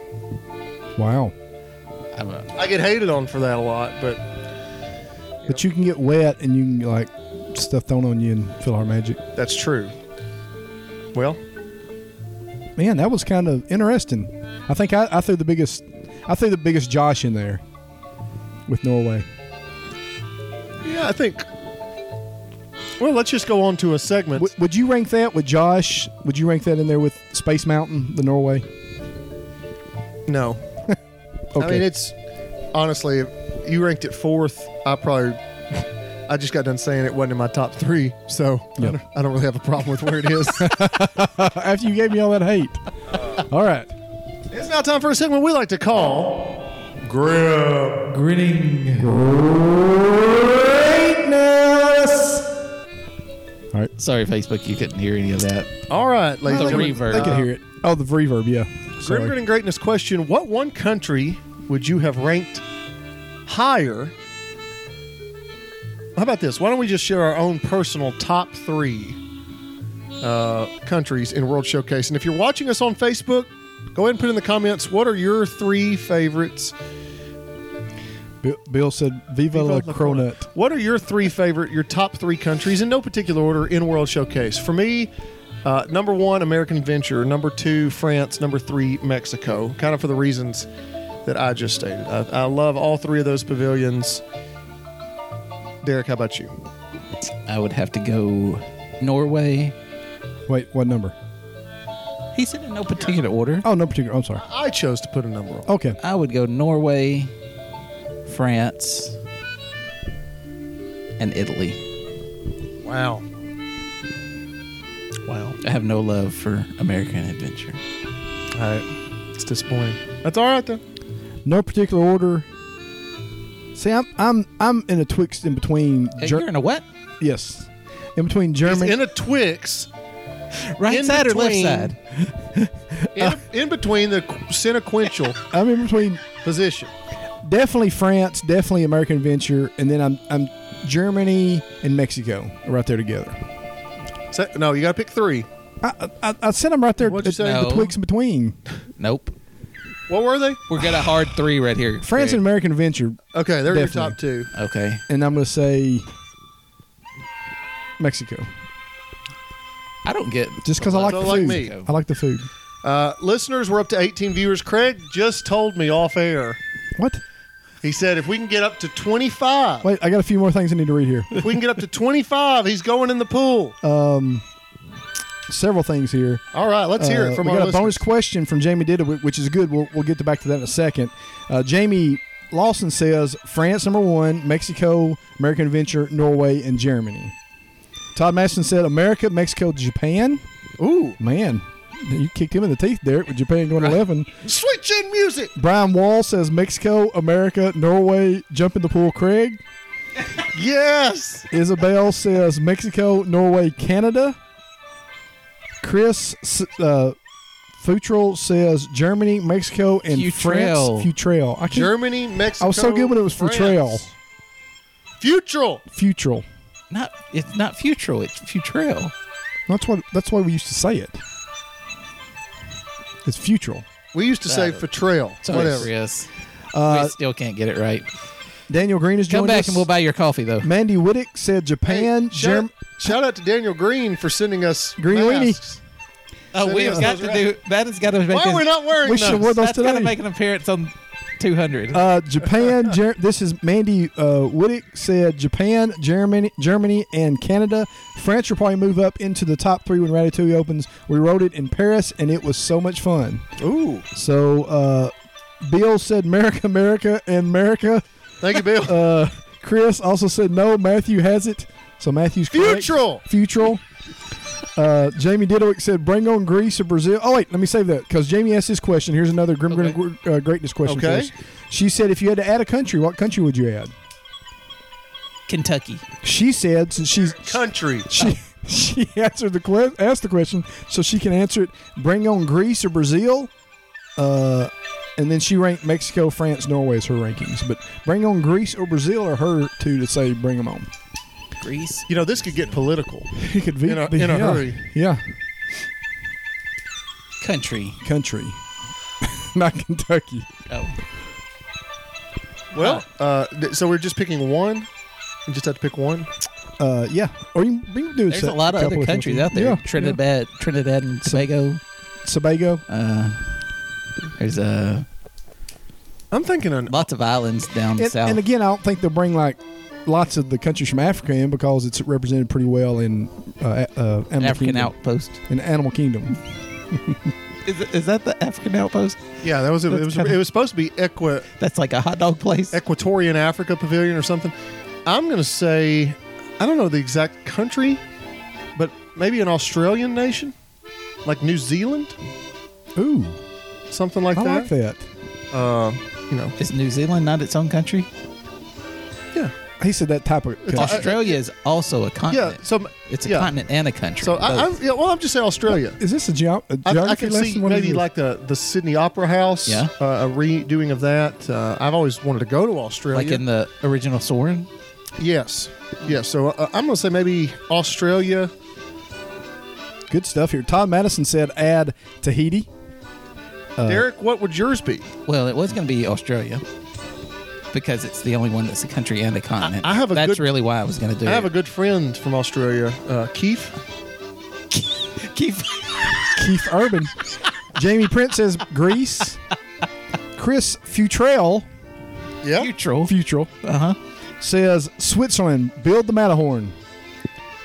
wow.
I'm uh, a,
I get hated on for that a lot, but
But you can get wet and you can like stuff thrown on you and fill our magic.
that's true. Well,
Man, that was kind of interesting. I think I, I threw the biggest, I threw the biggest Josh in there with Norway.
yeah, I think. Well, let's just go on to a segment.
Would, would you rank that with Josh? Would you rank that in there with Space Mountain, the Norway?
no,
Okay.
I mean, it's honestly, if you ranked it fourth. I probably, I just got done saying it wasn't in my top three, so I
Yep.
don't- I, don't really have a problem with where it is.
After you gave me all that hate. all right.
it's now time for a segment we like to call Grip.
sorry, Facebook, you couldn't hear any of that.
All right, ladies
The
and gentlemen.
reverb.
I could hear it. Oh, the reverb, yeah.
Grim
Sorry.
Grin and Greatness question What one country would you have ranked higher? How about this? Why don't we just share our own personal top three uh, countries in World Showcase? And if you're watching us on Facebook, go ahead and put in the comments what are your three favorites?
Bill, Bill said, Viva, la Cronut.
What are your three favorite, your top three countries in no particular order in World Showcase? For me, uh, number one, American Adventure. Number two, France. Number three, Mexico. Kind of for the reasons that I just stated. I, I love all three of those pavilions. Derek, how about you?
I would have to go Norway.
Wait, what number?
He said in no particular order.
Oh, no particular. I'm sorry.
I chose to put a number on.
Okay.
I would go Norway, France, and Italy.
wow. Wow.
I have no love for American Adventure.
All right. It's disappointing. That's all right, though.
No particular order. See, I'm I'm I'm in a twixt in between.
Hey,
Ger-
you're in a what?
yes, in between
He's
Germany.
in a Twix,
Right
In
side
between.
or left side?
in, in between the qu- senequential
I'm in between
position.
definitely France, definitely American Adventure, and then I'm I'm Germany and Mexico are right there together.
Se- no, you got to pick three.
I I, I said I'm right there.
What'd you
say?
at- The
No.
twigs in between
Nope.
What were they?
We're gonna hard three right here.
France and American Adventure,
Okay, they're your
Definitely.
top two.
okay.
and I'm gonna say Mexico,
I don't get
just because I like
So
the
like
food.
me.
I like the food.
Uh, listeners, we're up to 18 viewers. Craig just told me off air.
What?
He said if we can get up to 25,
Wait, I got a few more things I need to read here.
if we can get up to 25, he's going in the pool.
Uh, Several things here.
All right, let's hear
Uh,
it from
we
our
got a
listeners.
bonus question from Jamie Dida, whi- which is good. We'll, we'll get to back to that in a second. Uh, Jamie Lawson says France number one, Mexico, American Adventure, Norway, and Germany. Todd Maston said America, Mexico, Japan.
Ooh,
Man, You kicked him in the teeth, Derek, with Japan going 11.
Switch in music.
Brian Wall says Mexico, America, Norway, jump in the pool, Craig.
Yes.
Isabel says Mexico, Norway, Canada. Chris S- uh, Futrell says Germany, Mexico, and
Futrell.
France. Futrell. I can't,
Germany, Mexico.
I was so good when it was for
France.
trail.
Futural.
Futrell.
Not it's not futural. It's futural.
That's what. That's why we used to say it. It's futural.
We used to say for trail.
Sorry,
Whatever.
Chris.
Uh,
we still can't get it right.
Daniel Green is
Come
joining
back
us.
and we'll buy your coffee though.
Mandy Whittick said
Hey,
Japan,
shout,
Germ-
shout out to Daniel Green for sending us
Green weenie.
masks.
Oh,
Send
we
us
have got
those
to
right.
do that. Has got to make.
Why are we
an-
not wearing
We
those?
should've wore those
That's got to
today.
make an appearance on 200.
uh, Japan. Ger- this is Mandy uh, Whittick said Japan, Germany, Germany, and Canada. France will probably move up into the top three when Ratatouille opens. We wrote it in Paris, and it was so much fun.
Ooh.
So uh, Bill said America, America, and America.
Thank you, Bill.
Uh, Chris also said no. Matthew has it. So Matthew's correct.
Futural.
Futural. Uh, Jamie Didowick said, "Bring on Greece or Brazil." Oh wait, let me save that because Jamie asked this question. Here's another Grim Grim Gr- uh, Greatness question. for
Okay.
us. She said, "If you had to add a country, what country would you add?"
Kentucky.
She said, "Since she's
Country.
she she answered the que- asked the question, so she can answer it. Bring on Greece or Brazil." Uh, and then she ranked Mexico, France, Norway as her rankings. But bring on Greece or Brazil are her two to say bring them on.
Greece.
You know, this could get political.
He could be
In a- in a
yeah.
hurry.
Yeah,
Country.
country, not Kentucky.
Oh.
Well, uh, th- so we're just picking one. We just have to pick one.
Uh, yeah. Or you, you can do
There's a lot of
couple
other countries out there.
Yeah,
Trinidad, Trinidad and Tobago.
yeah. Tobago.
Uh, there's uh,
I'm thinking an
lots of islands down
And,
south.
and again, I don't think they'll bring like lots of the countries from Africa in because it's represented pretty well in uh, uh, Animal
African
Kingdom.
outpost.
in Animal Kingdom.
Is, is that the African outpost?
yeah. That was it.
That's
Was,
kinda-
it was supposed to be equi-
That's like a hot dog place.
Equatorian Africa Pavilion or something. I'm gonna say, I don't know the exact country, but maybe an Australian nation, like New Zealand,
Ooh,
something like
I
that.
like that.
Uh, you know,
Is New Zealand not its own country?
yeah,
He said that type of country.
Australia is also a
yeah.
continent.
So m-
it's a
yeah.
continent and a country.
So I, I'm,
both.
yeah, well, I'm just saying Australia.
Is this a, geo- a
I,
geography
I can
lesson?
see
What is
maybe
this?
like the, the Sydney Opera House,
Yeah.
uh, a redoing of that. Uh, I've always wanted to go to Australia.
like in the original Soren.
yes, yes. So uh, I'm gonna say maybe Australia.
good stuff here. Todd Madison said, "Add Tahiti."
Uh,
Derek, what would yours be?
Well, it was going to be Australia because it's the only one that's a country and a continent.
I have a
that's
good-
really why I was going to do
I have a
it.
good friend from Australia, uh, Keith.
Keep
Keith Urban. Jamie Prince says Greece. Chris Futrell,
Yeah.
neutral.
Futrell,
Uh huh.
says Switzerland, build the Matterhorn.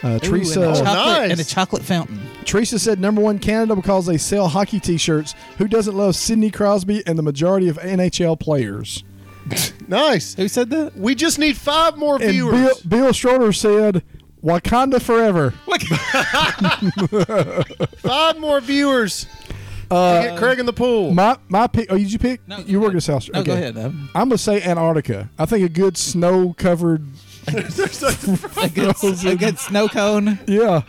Uh, Teresa
and a, chocolate,
nice.
and a chocolate fountain.
Teresa said number one Canada because they sell hockey T-shirts. Who doesn't love Sidney Crosby and the majority of NHL players?
Nice.
Who said that?
We just need five more
And Bill,
viewers.
Bill Schroeder said Wakanda forever.
five more viewers.
Uh,
To get Craig in the pool.
My my pick. Oh, did you pick?
No,
you work at South.
No, go ahead. Um,
I'm gonna say Antarctica. I think a good snow covered.
a, good, a good snow cone.
Yeah,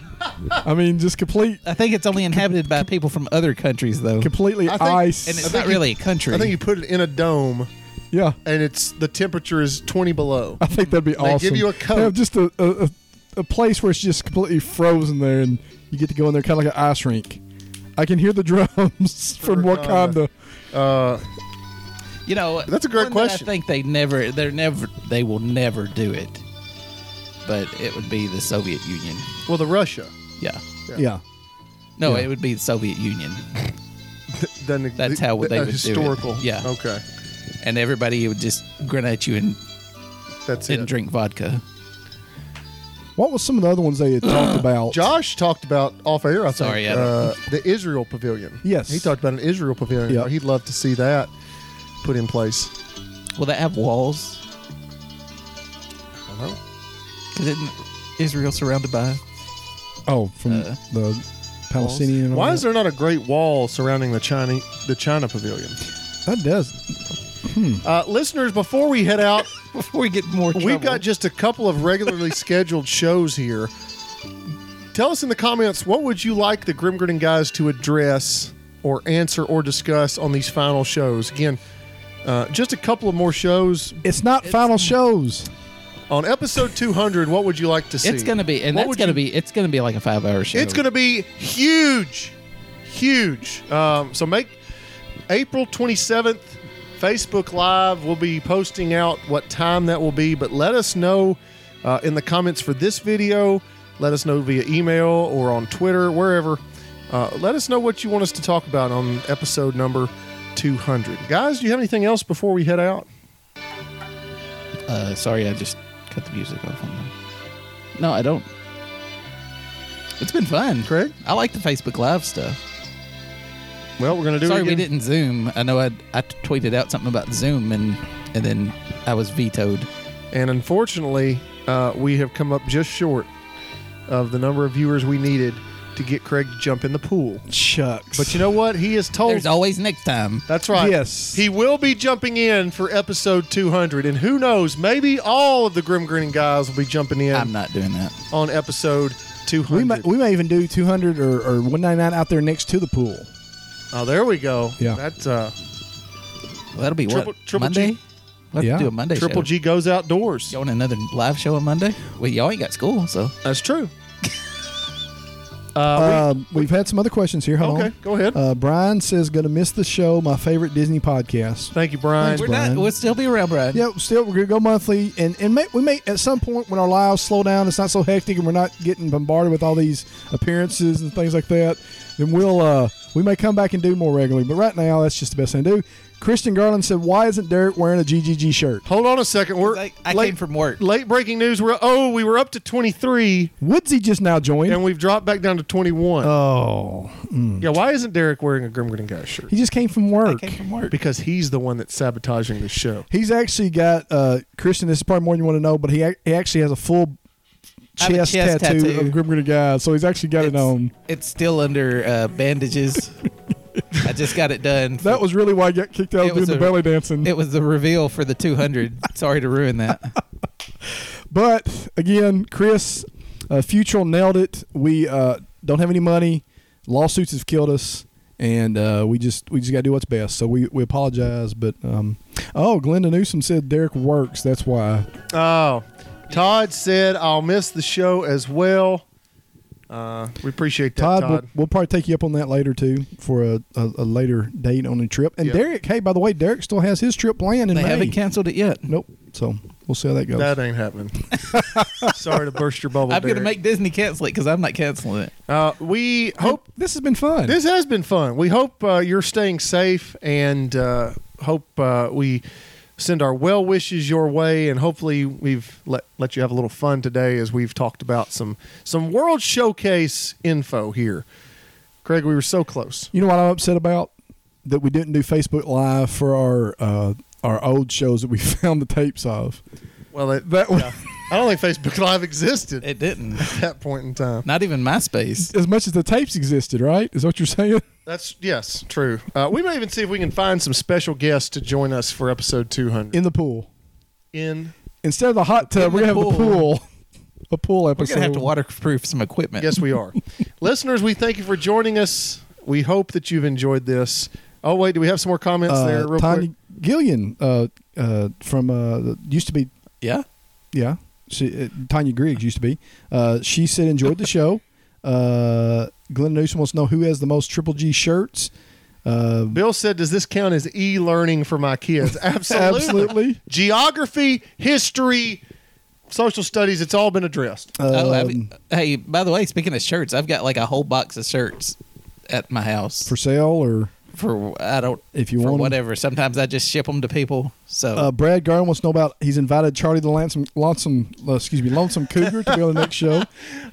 I mean just complete
I think it's only inhabited by people from other countries, though. And
completely
I think-
ice.
it's not really a country.
I think you put it in a dome,
yeah,
and it's the temperature is 20 below.
I think that'd be
give
awesome.
you a coat.
Have just a, a, a, a place where it's just completely frozen there, and you get to go in there kind of like an ice rink. I can hear the drums from
Wakanda.
Wakanda.
you know,
That's a great
one that
question.
I think they never, they're never, they will never do it. But it would be the Soviet Union.
Well, the Russia
Yeah.
Yeah.
No, it would be the Soviet Union,
doesn't.
That's
a
how they would do it.
uh, historical.
Yeah.
Okay.
and everybody would just grin at you and,
That's it.
and drink vodka.
What was some of the other ones they had talked about?
Josh talked about off air. I think
Sorry, I don't-
uh, the Israel Pavilion.
Yes.
he talked about an Israel Pavilion.
Yeah.
he'd love to see that put in place.
Will they have walls? Because isn't Israel surrounded by?
Oh, from
Uh,
the Palestinian.
Why is there not a great wall surrounding the China the China Pavilion?
that does?
Uh, listeners, before we head out,
Before we get more, trouble.
we've got just a couple of regularly scheduled shows here. Tell us in the comments what would you like the Grim Grinning guys to address or answer or discuss on these final shows. Again, uh, just a couple of more shows
It's not final shows.
on episode 200. What would you like to see?
It's gonna be, and
What
that's
would
gonna
you-
be, it's gonna be like a five-hour show.
It's going to be huge, huge. Um, so make April 27th Facebook Live. We'll be posting out what time that will be, but let us know uh, in the comments for this video. Let us know via email or on Twitter, wherever. Uh, let us know what you want us to talk about on episode number 200. Guys, do you have anything else before we head out?
Uh, sorry, I just cut the music off on that. No, I don't. It's been fun,
Craig?
I like the Facebook Live stuff.
Well, we're going to do
Sorry,
it.
we
again.
didn't Zoom. I know I I tweeted out something about Zoom, and and then I was vetoed.
And unfortunately, uh, we have come up just short of the number of viewers we needed to get Craig to jump in the pool.
Shucks.
But you know what? He is told.
There's always next time.
That's right.
Yes.
He will be jumping in for episode 200. And who knows? Maybe all of the Grim Grinning guys will be jumping in
I'm not doing that.
on episode 200.
we may, we may even do 200 or, or 199 out there next to the pool.
oh, there we go.
Yeah.
That's uh,
Well, that'll be
Triple-
what
Triple
Monday.
G?
We'll have
Yeah.
to do a Monday
Triple
show.
G goes outdoors.
You want another live show on Monday? Well, y'all ain't got school, so
That's true. uh,
Um, we've had some other questions here.
we-
Hold
okay,
on.
go ahead.
Uh, Brian says, "Gonna miss the show. My favorite Disney podcast."
Thank you, Brian.
we're
Brian.
not. We'll still be around, Brian.
Yeah, still we're gonna go monthly, and and may, we may at some point when our lives slow down, it's not so hectic, and we're not getting bombarded with all these appearances and things like that. Then we'll uh we may come back and do more regularly. But right now, that's just the best thing to do. Christian Garland said, "Why isn't Derek wearing a GGG shirt?"
Hold on a second. We're
I, I
late-
came from work.
late breaking news. We're oh, we were up to 23
Woodsy just now joined.
and we've dropped back down to 21.
oh,
yeah, why isn't Derek wearing a Grim Grinning Guy shirt?
he just came from work.
I came from work.
Because he's the one that's sabotaging the show.
He's actually got uh Christian. This is probably more than you want to know, but he ac- he actually has a full
I have a
chest,
chest
tattoo,
tattoo.
of Grim Grinner Guy, so he's actually got it on.
It's still under uh, bandages. I just got it done.
That was really why I got kicked out
It
of doing
was
the
a-
belly dancing.
It was the reveal for the 200. Sorry to ruin that.
But again, Chris, uh, Futural nailed it. We uh, don't have any money. Lawsuits have killed us, and uh, we just we just got to do what's best. So we, we apologize, but um, oh, Glenda Newsom said Derek works. That's why.
Oh, Todd said I'll miss the show as well. Uh, we appreciate that,
Todd,
Todd.
We'll, we'll probably take you up on that later too for a, a, a later date on a trip. And
Yeah.
Derek, hey, by the way, Derek still has his trip planned in
They
May.
haven't canceled it yet.
nope. So we'll see how that goes.
That uh, ain't happening. Sorry to burst your bubble.
I'm going to
Derek.
make Disney cancel it because I'm not canceling it.
Uh, we hope
this has been fun.
This has been fun. We hope uh, you're staying safe and uh, hope uh, we send our well wishes your way. And hopefully, we've let, let you have a little fun today as we've talked about some, some World Showcase info here. Craig, we were so close.
You know what I'm upset about? That we didn't do Facebook Live for our uh, our old shows that we found the tapes of.
Well, it,
That was,
I don't think Facebook Live existed
It didn't.
at that point in time.
Not even MySpace.
as much as the tapes existed, right? Is what you're saying?
That's, yes, true. Uh, we may even see if we can find some special guests to join us for episode 200.
In the pool
in
instead of the hot tub,
In
we're
the
gonna have the
pool.
pool, a pool
We're
episode.
going to have to waterproof some equipment.
Yes, we are. Listeners, we thank you for joining us. We hope that you've enjoyed this. Oh, wait, do we have some more comments
uh,
there? Real
Tanya
quick.
Gillian uh, uh, from uh, the- used to be
Yeah.
yeah. She, uh, Tanya Griggs used to be. Uh, she said enjoyed the show. Uh, Glenn Newsom wants to know who has the most Triple G shirts. Uh,
Bill said, Does this count as e learning for my kids? Absolutely.
absolutely.
Geography, history, social studies, it's all been addressed.
oh, I've-
Um,
hey, by the way, speaking of shirts, I've got like a whole box of shirts at my house
for sale or
for I don't
If you
for
want 'em.
whatever. Sometimes I just ship them to people. So
uh, Brad Garn wants to know about he's invited Charlie the Lonesome, lonesome uh, excuse me lonesome Cougar to be on the next show.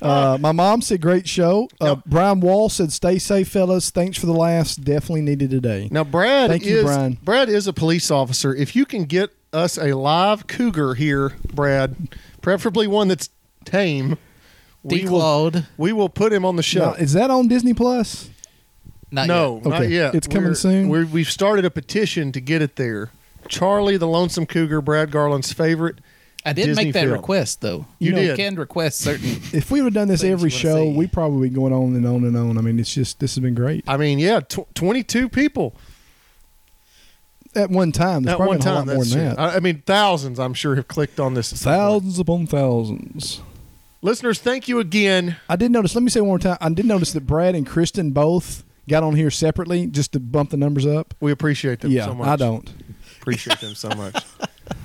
Uh, my mom said great show. Uh, Brian Wall said stay safe fellas. Thanks for the last. Definitely needed today.
Now, Brad
Thank you,
is
Brian.
Brad is a police officer. If you can get us a live cougar here, Brad, preferably one that's tame, We will,
Declawed.
we will put him on the show.
Now, is that on Disney Plus?
Not
no,
yet.
not
Okay,
yet.
it's coming
We're-
soon?
We're, we've started a petition to get it there. Charlie the Lonesome Cougar, Brad Garland's favorite.
I did
Disney
make that
film.
request though.
You
know,
did.
can request certain.
If we would have done this
Things
every
you wanna
show,
see.
we'd probably be going on and on and on. I mean, it's just this has been great.
I mean, yeah, tw- 22 people
At one time, there's
at
probably
one
been a whole
time.
lot more
That's
than
true.
that.
I, I mean, thousands, I'm sure, have clicked on this. at some point.
thousands upon thousands.
Listeners, thank you again.
I did notice. Let me say one more time. I did notice that Brad and Kristen both got on here separately just to bump the numbers up.
We appreciate them
yeah,
so much.
I don't.
appreciate them so much.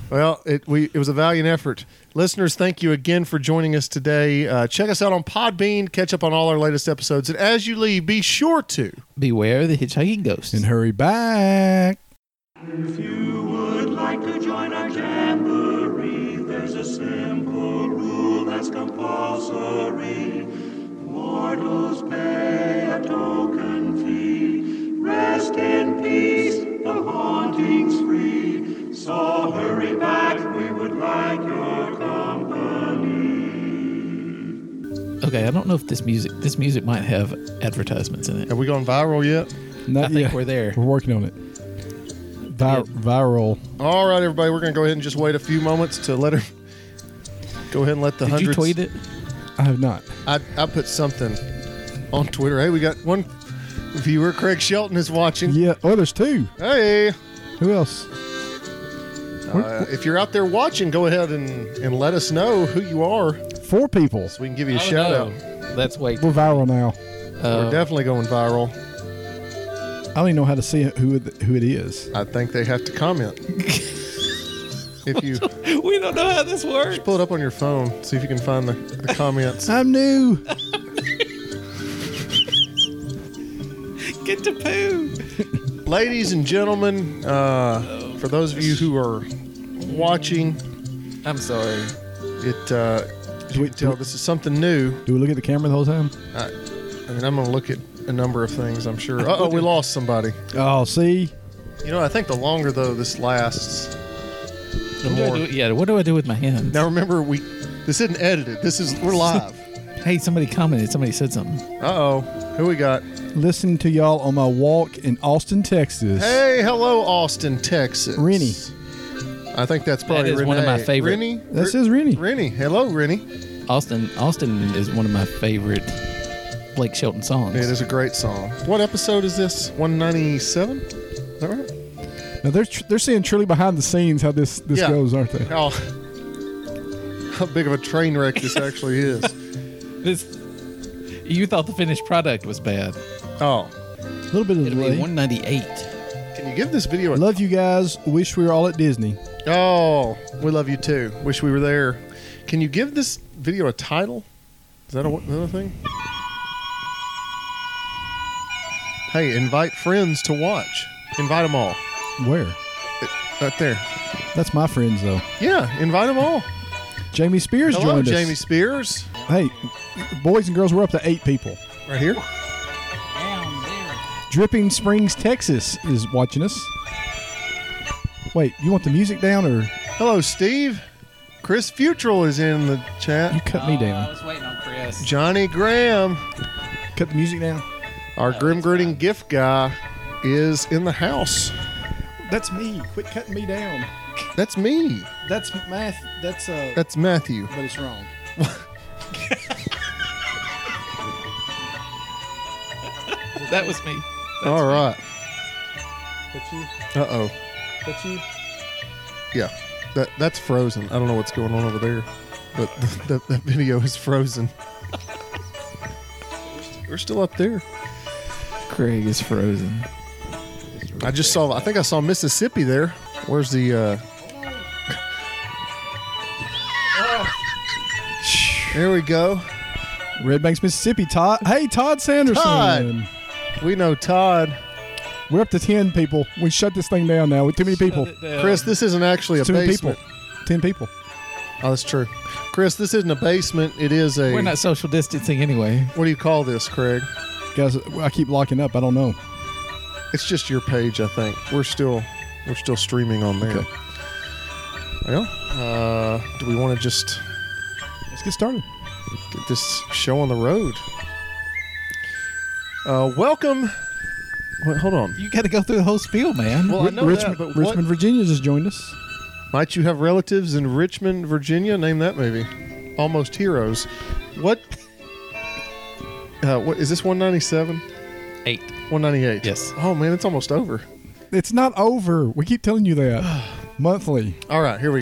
Well, it we it was a valiant effort. Listeners, thank you again for joining us today. Uh, check us out on Podbean. Catch up on all our latest episodes. And as you leave, be sure to.
Beware the hitchhiking ghost.
And hurry back.
If you would like to join our jamboree, there's a simple rule that's compulsory. Mortals pay a token fee. Rest in peace, the haunting's free. So hurry back, we would like your company.
Okay, I don't know if this music. This music might have advertisements in it.
Have we gone viral yet?
Not
I think
yet.
we're there.
We're working on it. Vi- Viral.
All right, everybody, we're going to go ahead and just wait a few moments to let her go ahead and let the
Did
hundreds.
you tweet it?
I have not.
I, I put something on Twitter. Hey, we got one viewer. Craig Shelton is watching.
Yeah. Oh, there's two.
Hey,
Who else?
uh, if you're out there watching, go ahead and, and let us know who you are
Four people.
so we can give you a shout out.
out. Oh, That's wait.
We're viral now.
We're definitely going viral.
I don't even know how to see who it, who it is.
I think they have to comment. if you
we don't know how this works.
pull it up on your phone, see if you can find the, the comments.
I'm new.
Get to poo.
Ladies and gentlemen, uh, for those of you who are watching,
I'm sorry.
it uh,
Do we, do,
tell this is something new.
we, do we look at the camera the whole time?
I, I mean, I'm going to look at a number of things. I'm sure. Uh oh, we lost somebody.
Oh, see?
You know, I think the longer though this lasts, the
What do I
more.
do- yeah. What do I do with my hands?
Now remember, we this isn't edited. This is we're live.
Hey, somebody commented. Somebody said something.
uh oh, who we got?
Listening to y'all on my walk in Austin, Texas.
Hey, hello, Austin, Texas.
Rennie.
I think that's probably
That is one of
Renee.
my favorite.
Rennie?
That says Rennie.
Rennie. Hello, Rennie.
Austin. Austin is one of my favorite Blake Shelton songs.
It is a great song. What episode is this? 197? Is that right?
Now they're tr- they're seeing truly behind the scenes how this this
Yeah.
goes, aren't they?
How, Oh, how big of a train wreck this actually is.
This. You thought the finished product was bad.
Oh.
A little bit of
It'll be
delay.
198.
Can you give this video a.
Love you guys. Wish we were all at Disney.
oh, we love you too. Wish we were there. Can you give this video a title? Is that a, another thing? Hey, invite friends to watch. Invite them all.
Where?
Right there.
That's my friends though.
Yeah, invite them all.
Jamie Spears
Hello,
joined
Jamie
us.
Spears.
Hey, boys and girls, we're up to eight people.
Right here.
Dripping Springs, Texas is watching us. Wait, you want the music down or
Hello, Steve. Chris Futrell is in the
you
chat.
cut me down?
was waiting on Chris.
Johnny Graham,
Cut the music down.
our grim gritting gift guy, is in the house.
That's me. Quit cutting me down.
That's me.
That's math. That's uh.
That's Matthew.
But it's wrong.
That was me.
All right.
That's you.
Uh oh.
That's you.
Yeah. That that's frozen. I don't know what's going on over there, but the, that video is frozen. We're still up there.
Craig is frozen.
I just saw. I think I saw Mississippi there. Where's the? uh
Oh.
There we go.
Red Banks, Mississippi. Todd. Hey, Todd Sanderson.
Todd. We know Todd.
We're up to ten people. We shut this thing down now. With too many people.
uh,
Chris, this isn't actually a
Too many people.
basement.
Ten people.
Oh, that's true. Chris, this isn't a basement. It is a.
We're not social distancing anyway.
what do you call this, Craig?
Guys, I keep locking up. I don't know.
It's just your page, I think. We're still, we're still streaming on there.
Okay.
Well, uh, do we want to just?
Let's get started.
get this show on the road. Uh, welcome. Wait, hold on.
You got to go through the whole spiel, man.
Well, I know
Richmond,
that, but
Richmond, Virginia just joined us.
what might you have relatives in Richmond, Virginia? Name that movie. Almost Heroes. What? Uh, what is this? One ninety seven.
Eight.
One ninety eight.
Yes.
Oh man, it's almost over.
It's not over. We keep telling you that monthly.
All right, here we go.